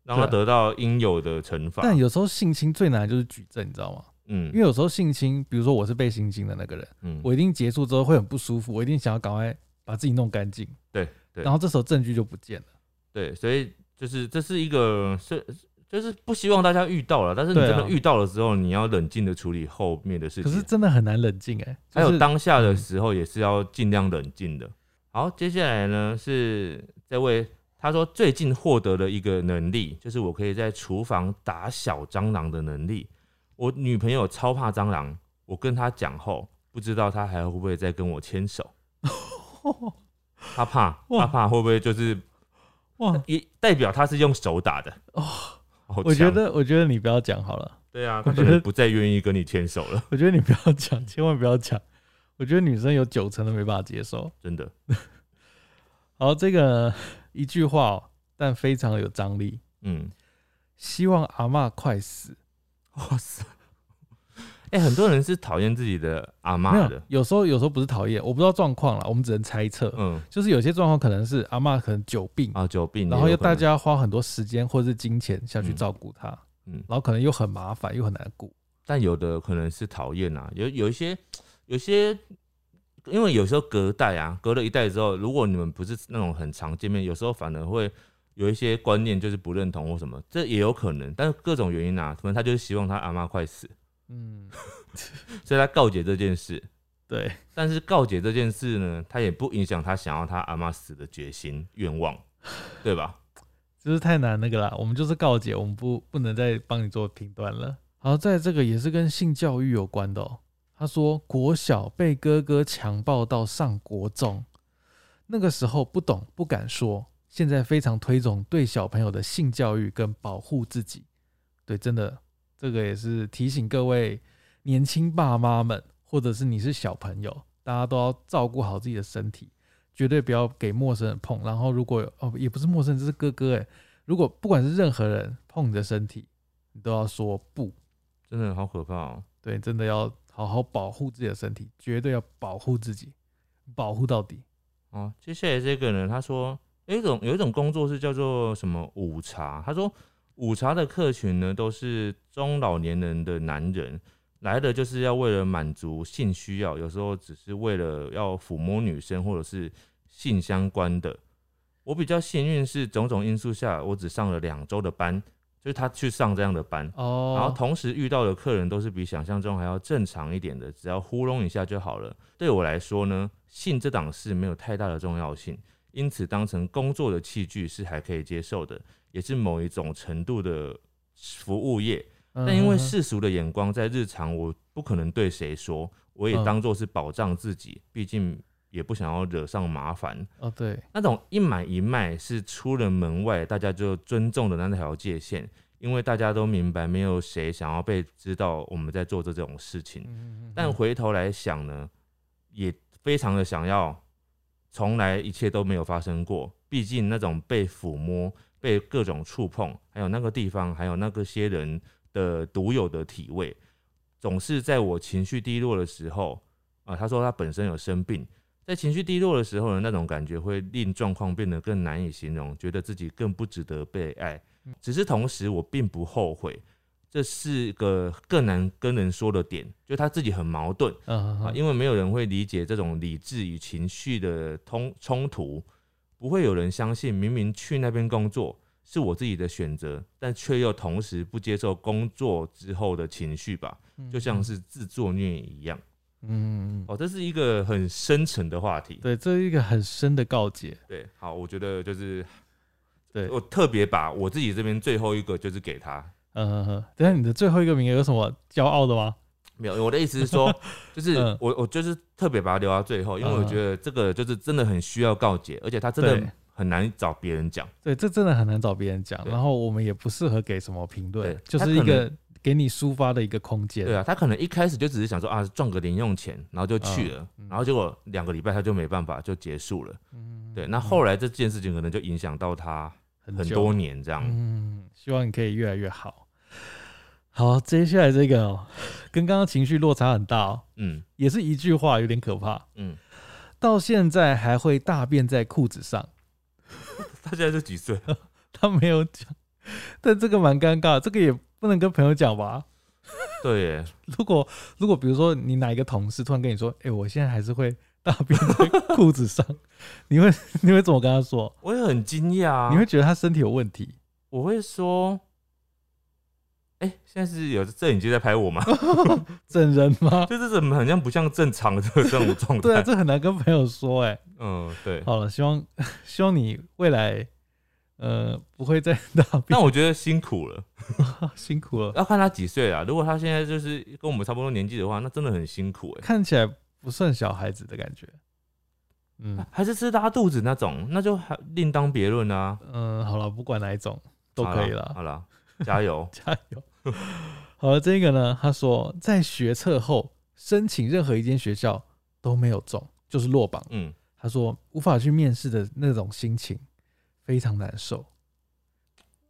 让
对
他
啊
得到应有的惩罚。
但有时候性侵最难的就是举证，你知道吗？
嗯
因为有时候性侵，比如说我是被性侵的那个人，
嗯，
我一定结束之后会很不舒服，我一定想要赶快把自己弄干净。
对对
然后这时候证据就不见了。
对，所以就是这是一个是就是不希望大家遇到了，但是你
对啊
真的遇到了之后，你要冷静的处理后面的事
可
情，
是真的很难冷静哎、
还
就
有
是
当下的时候也是要尽量冷静的。好，接下来呢是这位。他说：“最近获得了一个能力，就是我可以在厨房打小蟑螂的能力。我女朋友超怕蟑螂，我跟她讲后，不知道她还会不会再跟我牵手。”他怕，
哇
他怕会不会就是
哇，
也代表他是用手打的
哦
好
我觉
强
得我觉得你不要讲好了。
对啊，
我
他
觉
可
得
能不再愿意跟你牵手了，
我觉得你不要讲，千万不要讲。我觉得女生有九成都没办法接受。
真的。
好，这个一句话、哦，但非常有张力。
嗯，
希望阿嬷快死。
哇塞，哎、很多人是讨厌自己的阿
没
妈
有
的，，
有时候有时候不是讨厌，我不知道状况了，我们只能猜测。
嗯
就是有些状况可能是阿嬷可能久病，
啊，久病也有可能，
然后要大家花很多时间或者是金钱下去照顾她，
嗯嗯
然后可能又很麻烦又很难顾。
但有的可能是讨厌啊，有有一些有些，因为有时候隔代啊，隔了一代之后，如果你们不是那种很常见面，有时候反而会有一些观念就是不认同或什么，这也有可能。但是各种原因啊，可能他就是希望他阿妈快死，
嗯，
所以他告解这件事。
对，
但是告解这件事呢，他也不影响他想要他阿妈死的决心愿望，对吧？
就是太难那个啦。我们就是告解，我们不不能再帮你做评断了。好，在这个也是跟性教育有关的哦。他说，国小被哥哥强暴到上国中，那个时候不懂不敢说，现在非常推崇对小朋友的性教育跟保护自己。对，真的，这个也是提醒各位年轻爸妈们，或者是你是小朋友，大家都要照顾好自己的身体，绝对不要给陌生人碰。然后，如果有哦，也不是陌生人，这是哥哥哎，如果不管是任何人碰你的身体，你都要说不。
真的好可怕哦、
对，真的要好好保护自己的身体，绝对要保护自己，保护到底。
哦，接下来这个呢，他说有一种有一种工作是叫做什么午茶，他说午茶的客群呢，都是中老年人的男人，来的就是要为了满足性需要，有时候只是为了要抚摸女生或者是性相关的。我比较幸运是种种因素下，我只上了两周的班，就是他去上这样的班，
哦，
然后同时遇到的客人都是比想象中还要正常一点的，只要糊弄一下就好了。对我来说呢，性这档事没有太大的重要性，因此当成工作的器具是还可以接受的，也是某一种程度的服务业。
嗯
但因为
嗯
世俗的眼光，在日常我不可能对谁说，我也
嗯
当做是保障自己，毕竟也不想要惹上麻烦。
嗯哦对，
那种一买一卖是出了门外大家就尊重的那条界限，因为大家都明白没有谁想要被知道我们在做这种事情。
嗯
但回头来想呢，也非常的想要，从来一切都没有发生过。毕竟那种被抚摸、被各种触碰，还有那个地方，还有那个些人的独有的体味，总是在我情绪低落的时候，啊、他说他本身有生病，在情绪低落的时候呢，那种感觉会令状况变得更难以形容，觉得自己更不值得被爱。
嗯
只是同时，我并不后悔，这是个更难跟人说的点，就他自己很矛盾
嗯
啊，因为没有人会理解这种理智与情绪的通冲突，不会有人相信，明明去那边工作是我自己的选择，但却又同时不接受工作之后的情绪吧，
为
就像是自作孽一样。
嗯嗯嗯嗯
哦，这是一个很深沉的话题。
对，这是一个很深的告诫，
对，好，我觉得就是
对，
我特别把我自己这边最后一个就是给他，
嗯嗯嗯，等一下你的最后一个名额有什么骄傲的吗？
没有，我的意思是 说，就是
嗯
我我就是特别把它留到最后，因为我
嗯
觉得这个就是真的很需要告解，而且他真的
对
很难找别人讲。
对，这真的很难找别人讲，
对
然后我们也不适合给什么评论
对，
就
他
是一
可
个给你抒发的一个空间。
对啊，他可能一开始就只是想说啊赚个零用钱，然后就去了，
嗯
然后结果两个礼拜他就没办法就结束了。对，那后来这件事情可能就影响到他
嗯很
很
久
多年这样。
嗯，希望你可以越来越好。好，接下来这个哦，跟刚刚情绪落差很大哦，
嗯
也是一句话，有点可怕。
嗯，
到现在还会大便在裤子上，
他现在是几岁？
他没有讲，但这个蛮尴尬，这个也不能跟朋友讲吧？
对耶，
如果如果比如说你哪一个同事突然跟你说，哎、我现在还是会大便在裤子上， 你会你会怎么跟他说？
我也很惊讶啊。
你会觉得他身体有问题？
我会说，哎、现在是有摄影机在拍我吗？
整人吗？
就是怎么好像不像正常的这种状态。
对啊，这很难跟朋友说哎、诶
嗯，对。
好了，希望 希望你未来呃不会再 大便，
但我觉得辛苦了，
辛苦了，
要看他几岁啊。如果他现在就是跟我们差不多年纪的话，那真的很辛苦哎、
看起来不算小孩子的感觉。嗯
还是吃拉肚子那种，那就还另当别论啊。
嗯、好了，不管哪一种都可以了，！
好了，加 油
加油。好了，这个呢，他说在学测后申请任何一间学校都没有中，就是落榜。
嗯，
他说无法去面试的那种心情非常难受。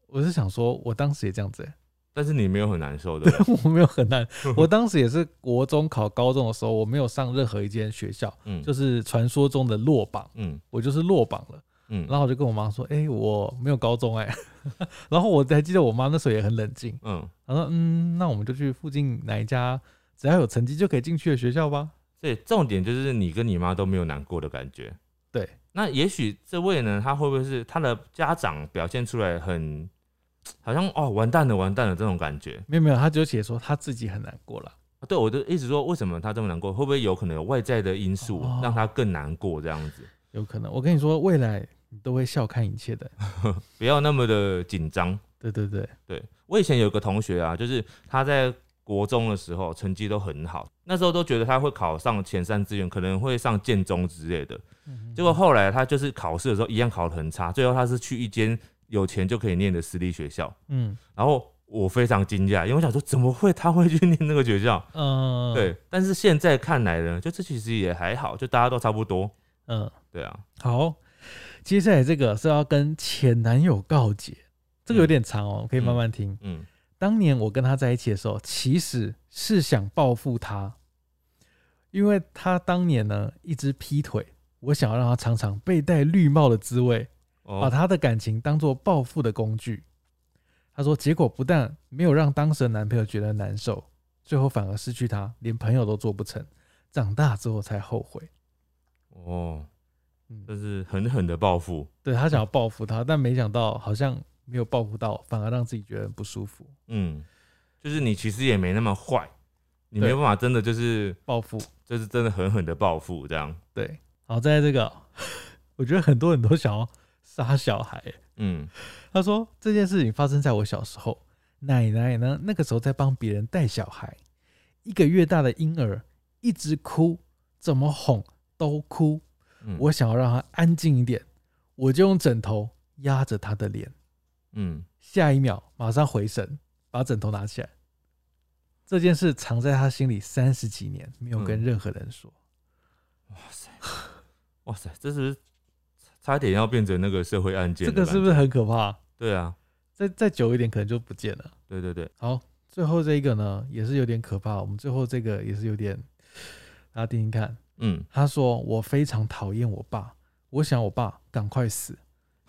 我是想说，我当时也这样子、欸，
但是你没有很难受的，
我没有很难。
嗯
我当时也是国中考高中的时候，我没有上任何一间学校，
嗯，
就是传说中的落榜，
嗯
我就是落榜了。
嗯
然后我就跟我妈说：“哎、我没有高中哎、 然后我还记得我妈那时候也很冷静，
嗯，
她说：“嗯，那我们就去附近哪一家只要有成绩就可以进去的学校吧。
所以重点就是你跟你妈都没有难过的感觉。
对，
那也许这位呢，他会不会是他的家长表现出来很，好像哦完蛋了完蛋了这种感觉？”
没有没有，她就写说她自己很难过了。
哦对，我就一直说为什么他这么难过，会不会有可能有外在的因素
哦
让他更难过这样子？
有可能，我跟你说，未来你都会笑看一切的。
不要那么的紧张。
对对对，
对我以前有个同学啊，就是他在国中的时候成绩都很好，那时候都觉得他会考上前三志愿，可能会上建中之类的。
嗯
结果后来他就是考试的时候一样考得很差，最后他是去一间有钱就可以念的私立学校，
嗯
然后我非常惊讶，因为我想说怎么会他会去念那个学校？
嗯，，
对，但是现在看来呢，就这其实也还好，就大家都差不多。
嗯。
对啊，
好，接下来这个是要跟前男友告解，这个有点长哦，可以慢慢听。
嗯，
当年我跟他在一起的时候，其实是想报复他，因为他当年呢一直劈腿，我想要让他尝尝被戴绿帽的滋味，把
哦，
他的感情当做报复的工具。他他说，结果不但没有让当时的男朋友觉得难受，最后反而失去他，连朋友都做不成。长大之后才后悔。
哦，
嗯，
这是狠狠的报复。
对他想要报复他，但没想到好像没有报复到，反而让自己觉得很不舒服。
嗯，就是你其实也没那么坏，你没
对
办法真的就是
报复，
就是真的狠狠的报复这样。
对。好，在这个， 我觉得很多人都想要杀小孩。
嗯，
他说这件事情发生在我小时候，奶奶呢那个时候在帮别人带小孩，一个月大的婴儿一直哭，怎么哄都哭。
嗯
我想要让他安静一点，我就用枕头压着他的脸，
嗯
下一秒马上回神，把枕头拿起来。这件事藏在他心里三十几年，没有跟
嗯
任何人说。
哇塞，这是不是差点要变成那个社会案件
这
的
个
感觉？
是不是很可怕？
对啊，
再再久一点，可能就不见了。
对对对，
好，最后这一个呢，也是有点可怕。我们最后这个也是有点，大家听听看。
嗯，
他说：“我非常讨厌我爸，我想我爸赶快死，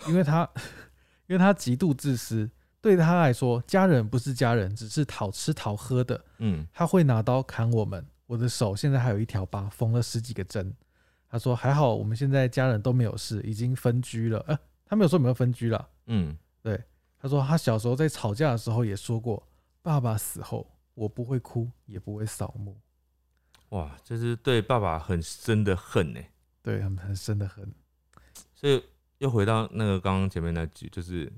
因为他， 因为他极度自私。对他来说，家人不是家人，只是讨吃讨喝的。
嗯，
他会拿刀砍我们，我的手现在还有一条疤，缝了十几个针。”他说：“还好我们现在家人都没有事，已经分居了。呃，他没有说有没有分居了，
嗯，
他说他小时候在吵架的时候也说过，爸爸死后我不会哭，也不会扫墓。
哇，这是对爸爸很深的恨呢。
对，很很深的很。
所以又回到那个刚刚前面那句，就是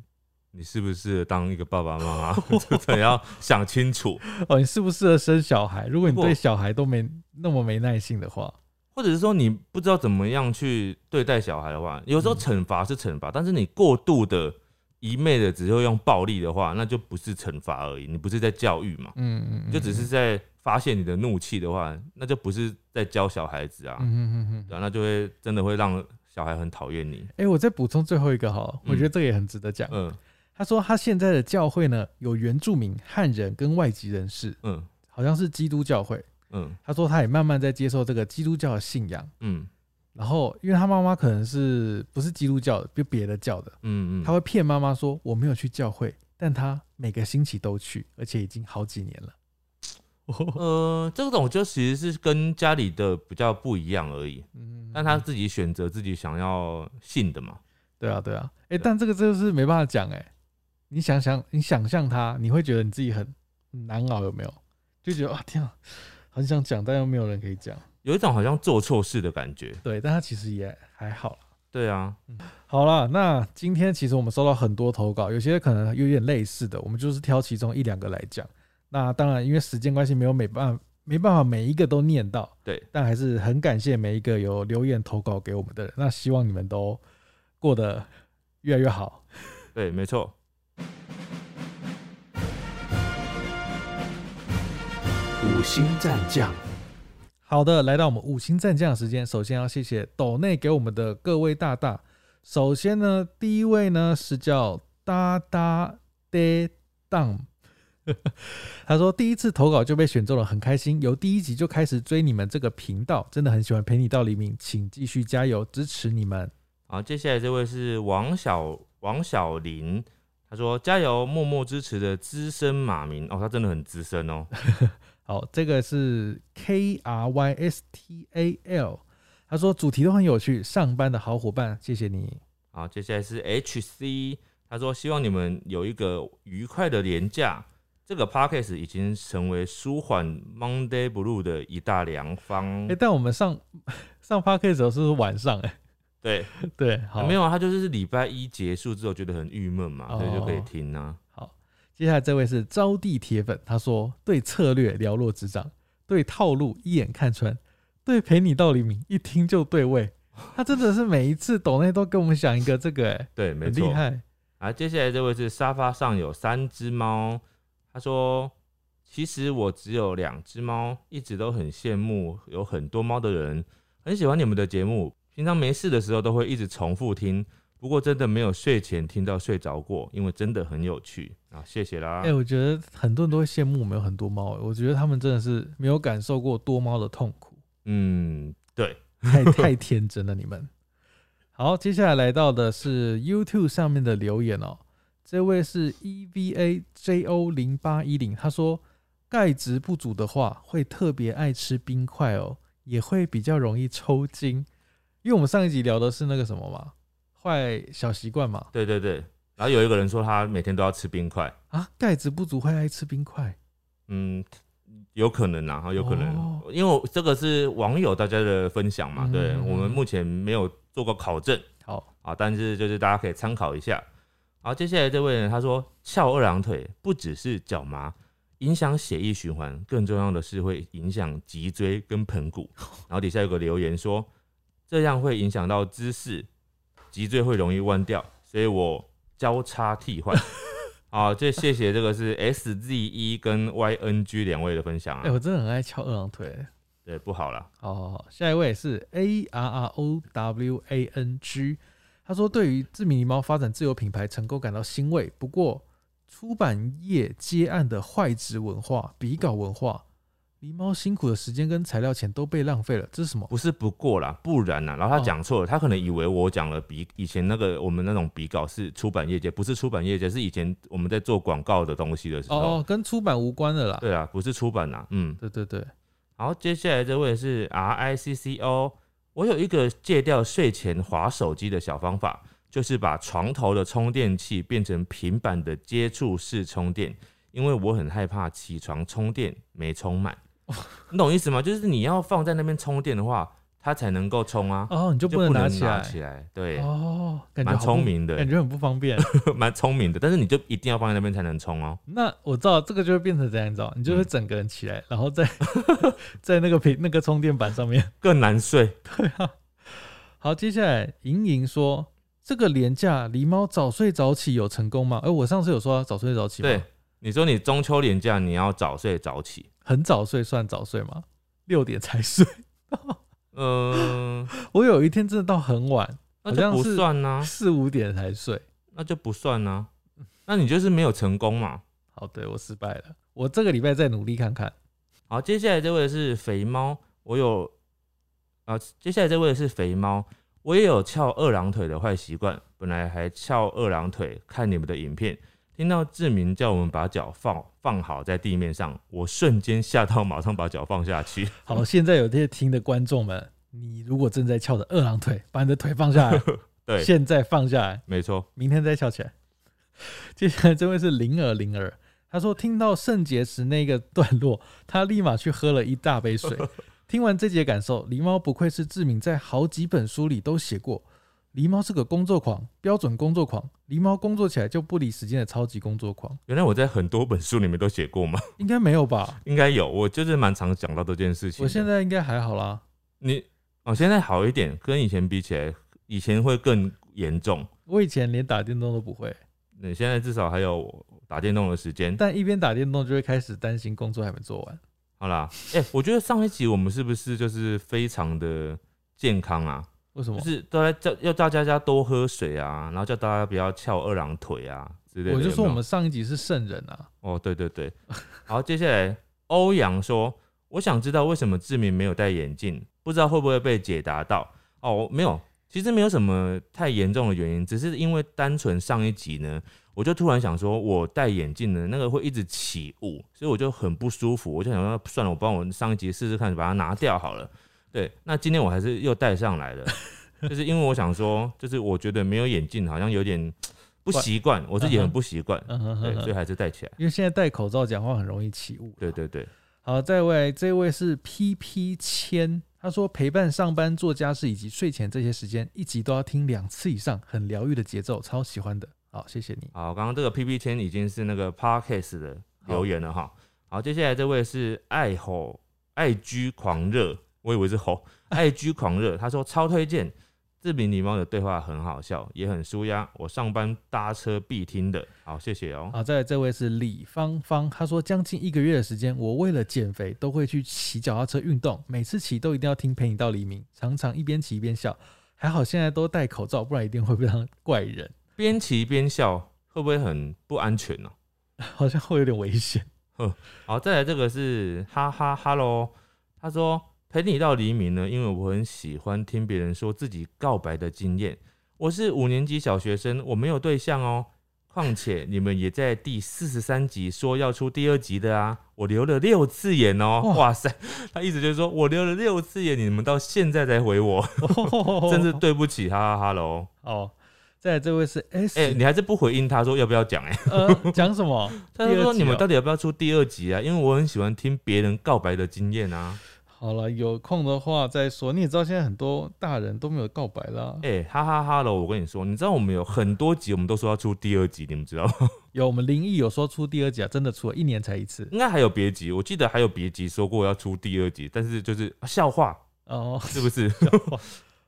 你适不适合当一个爸爸妈 妈，这真的要想清楚，
哦，你适不适合生小孩？如果你
不
对小孩都没那么没耐性的话，
或者是说你不知道怎么样去对待小孩的话，有时候
嗯
惩罚是惩罚，但是你过度的一昧的只会用暴力的话，那就不是惩罚而已，你不是在教育嘛，
嗯嗯，嗯
就只是在发泄你的怒气的话，那就不是在教小孩子啊，
嗯嗯嗯嗯。
对啊，那就会真的会让小孩很讨厌你，
哎、我再补充最后一个好了，我觉得这个也很值得讲。
嗯
他说他现在的教会呢，有原住民、汉人跟外籍人士，
嗯
好像是基督教会。
嗯
他说他也慢慢在接受这个基督教的信仰。
嗯
然后，因为他妈妈可能是不是基督教的，就别的教的，
嗯嗯，
他会骗妈妈说我没有去教会，但他每个星期都去，而且已经好几年了。哦
呃，这种就其实是跟家里的比较不一样而已，
嗯，
但他自己选择自己想要信的嘛。
对啊对啊，哎、但这个就是没办法讲哎、你想想，你想象他，你会觉得你自己很很难熬，有没有？就觉得啊天啊，很想讲，但又没有人可以讲。
有一种好像做错事的感觉。
对，但他其实也还好啦。
对啊，
好啦，那今天其实我们收到很多投稿，有些可能有点类似的，我们就是挑其中一两个来讲。那当然，因为时间关系，没有每办没办法每一个都念到，
对，
但还是很感谢每一个有留言投稿给我们的人。那希望你们都过得越来越好。
对，没错。
五星战将，
好的，来到我们五星战将的时间，首先要谢谢斗内给我们的各位大大。首先呢，第一位呢是叫哒哒爹当， 他说第一次投稿就被选中了，很开心。由第一集就开始追你们这个频道，真的很喜欢陪你到黎明，请继续加油，支持你们。
好，接下来这位是王小王小林，他说加油，默默支持的资深马民哦，他真的很资深哦。
好，这个是 K R Y S T A L，他说主题都很有趣，上班的好伙伴，谢谢你。
好，接下来是 H C，他说希望你们有一个愉快的连假。这个 podcast 已经成为舒缓 Monday Blue 的一大良方
哎、。但我们上 上 p a r k 的时候是不是晚上、哎，
对，
对，好，
没
有。
有啊，他就是礼拜一结束之后觉得很郁闷嘛，所以就可以
哦
听啊。
接下来这位是招娣铁粉，他说对策略了若指掌，对套路一眼看穿，对陪你到黎明一听就对味。他真的是每一次抖内都跟我们讲一个这个、哎，
对，没
很
错
厉。害。
啊，接下来这位是沙发上有三只猫，他说：“其实我只有两只猫，一直都很羡慕有很多猫的人，很喜欢你们的节目。平常没事的时候都会一直重复听，不过真的没有睡前听到睡着过，因为真的很有趣啊，谢谢啦。
哎、我觉得很多人都会羡慕我们有很多猫、哎我觉得他们真的是没有感受过多猫的痛苦。
嗯，对，
太 太天真了，你们。好，接下来来到的是 YouTube 上面的留言哦。这位是 E EVA JO 零八一零，他说钙质不足的话，会特别爱吃冰块哦，也会比较容易抽筋。因为我们上一集聊的是那个什么嘛，坏小习惯嘛，
对对对。然后有一个人说他每天都要吃冰块，
啊，钙质不足会爱吃冰块，
嗯，有可能啊，有可能，
哦
因为我这个是网友大家的分享嘛，对
嗯
我们目前没有做过考证
好，
啊，但是就是大家可以参考一下。好，接下来这位呢，他说翘二郎腿不只是脚麻，影响血液循环，更重要的是会影响脊椎跟盆骨。然后底下有个留言说，这样会影响到姿势，脊椎会容易弯掉，所以我交叉替换。啊，这谢谢这个是 S Z E 跟 Y N G 两位的分享啊。
哎、我真的很爱翘二郎腿、
对，不好了。
好好好，哦下一位是 A R R O W A N G，他说对于自米猫发展自有品牌成功感到欣慰，不过出版业接案的坏职文化、比稿文化，狸猫辛苦的时间跟材料钱都被浪费了，这是什么？
不是不过啦，不然啊啦。然后他
哦
讲错了，他可能以为我讲了比以前那个我们那种比稿是出版业界，不是出版业界，是以前我们在做广告的东西的时候。
哦哦，哦跟出版无关的啦。
对啊，不是出版啦，嗯。
对对对，
好，接下来这位是 R I C C O，我有一个戒掉睡前划手机的小方法，就是把床头的充电器变成平板的接触式充电，因为我很害怕起床充电没充满。
哦
你懂意思吗？就是你要放在那边充电的话，它才能够充啊。
哦，你就
就
不能拿
拿
起来。
来，对，
哦，感觉
蛮
好不
聪，明的
感，觉很不方 便。
蛮聪明的。但是你就一定要放在那边才能充哦。
那我知道这个就会变成怎样，你知道吗？你就会整个人起来，然后在 在那个屏那个充电板上面。
更 难睡，
好，接下来莹莹说，这个廉价狸猫早睡早起有成功吗？哎、我上次有说要早睡早起吗？
对，，你说你中秋连假你要早睡早起，
很早睡算早睡吗？六点才睡。
嗯，
我有一天真的到很晚，
那就不算呢、
四五点才睡。
那就不算 呢、那你就是没有成功嘛。
好，对我失败了，我这个礼拜再努力看看。
好，接下来这位是肥猫，我有啊，接下来这位是肥猫，我也有翘二郎腿的坏习惯，本来还翘二郎腿看你们的影片。听到志明叫我们把脚放放好在地面上，我瞬间吓到，马上把脚放下去。
好，现在有这些听的观众们，你如果正在翘着二郎腿，把你的腿放下来，
对，
现在放下来，
没错，
明天再翘起来。 接下来这位是灵儿灵儿，他说听到肾结石那个段落，他立马去喝了一大杯 水。听完这节感受，狸猫不愧是志敏在好几本书里都写过，狸猫是个工作狂，标准工作狂，狸猫工作起来就不理时间的超级工作狂，
原来我在很多本书里面都写过嘛，
应该没有吧？
应该有，我就是蛮常讲到这件事情的。
我现在应该还好啦。
你哦，现在好一点，跟以前比起来，以前会更严重。
我以前连打电动都不会，
你现在至少还有打电动的时间。
但一边打电动就会开始担心工作还没做完。
好啦，哎、我觉得上一集我们是不是就是非常的健康啊？
为什么
就？是大家叫要大家家多喝水啊，然后叫大家不要翘二郎腿啊之类的。
我就
有
说
没
我
有
们上一集是圣人啊，
哦，对对对。好，接下来欧阳说，我想知道为什么志明没有戴眼镜，不知道会不会被解答到。哦，没有，其实没有什么太严重的原因，只是因为单纯上一集呢，我就突然想说，我戴眼镜呢，那个会一直起雾，所以我就很不舒服。我就想说，算了，我帮我上一集试试看，把它拿掉好了。对，那今天我还是又戴上来了，就是因为我想说，就是我觉得没有眼镜好像有点不习惯，我自己很不习惯，
嗯哼
对
哼，
所以
哼，
还是戴起来。
因为现在戴口罩讲话很容易起雾。
对对对，
好，再位这位是 P P 千，他说陪伴上班、做家事以及睡前这些时间，一集都要听两次以上，很疗愈的节奏，超喜欢的。好，谢谢你。
好，刚刚这个 PP 天已经是那个 Parkes 的留言了哈。好，接下来这位是爱吼爱居狂热，我以为是吼爱居狂热，他说超推荐。志明狸猫的对话很好笑，也很舒压，我上班搭车必听的。好，谢谢哦、
好，再来这位是李芳芳，她说将近一个月的时间，我为了减肥都会去骑脚踏车运动，每次骑都一定要听《陪你到黎明》，常常一边骑一边笑。还好现在都戴口罩，不然一定会被当怪人，
边骑边笑会不会很不安全呢、
好像会有点危险。
好，再来这个是哈哈哈喽，他说陪你到黎明呢，因为我很喜欢听别人说自己告白的经验。我是五年级小学生，我没有对象哦，况且你们也在第四十三集说要出第二集的啊，我留了六次言哦，
哇
哇塞，他意思就是说我留了六次言，你们到现在才回我，真是对不起，哈哈哈喽。
哦。再来这位是 S，、
哎、你还是不回应他说要不要讲哎、
呃，讲什么？
他
第
就
二
说
集
你们
哦
到底要不要出第二集啊？因为我很喜欢听别人告白的经验啊。
好了，有空的话再说。你也知道现在很多大人都没有告白啦。
哎、哈哈哈喽！我跟你说，你知道我们有很多集，我们都说要出第二集，你们知道吗？
有我们灵异有说出第二集啊，真的出了一年才一次
应该还有别集，我记得还有别集说过要出第二集，但是就是啊笑话，
哦。
是不是？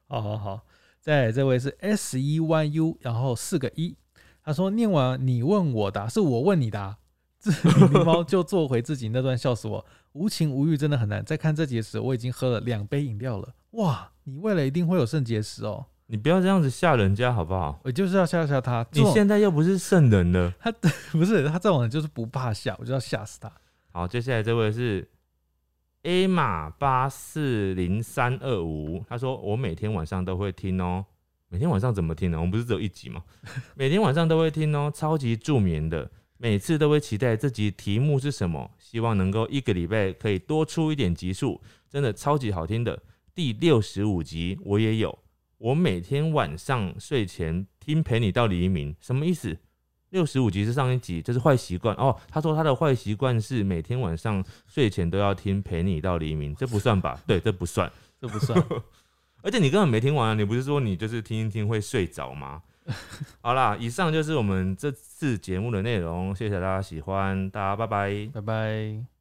好好好，再来这位是 S E Y U，然后四个一，他说念完你问我答，是我问你答。这狸猫就做回自己那段，笑死我！无情无欲真的很难。在看这节时，我已经喝了两杯饮料了。哇，你未来一定会有肾结石哦！
你不要这样子吓人家好不好？
我就是要吓吓他。这
你
种
现在又不是圣人了。
不是他这种人就是不怕吓，我就要吓死他。
好，接下来这位是 A 码八四零三二五，他说我每天晚上都会听哦、每天晚上怎么听呢？我们不是只有一集吗？每天晚上都会听哦、超级助眠的，每次都会期待这集题目是什么，希望能够一个礼拜可以多出一点集数，真的超级好听的。第六十五集我也有，我每天晚上睡前听陪你到黎明，什么意思？六十五集是上一集，这是坏习惯哦。他说他的坏习惯是每天晚上睡前都要听《陪你到黎明》，这不算吧？对，这不算。
这不算
而且你根本没听完、啊，你不是说你就是听一听会睡着吗？ 好啦，以上就是我们这次节目的内容，谢谢大家喜欢，大家拜拜。
拜拜。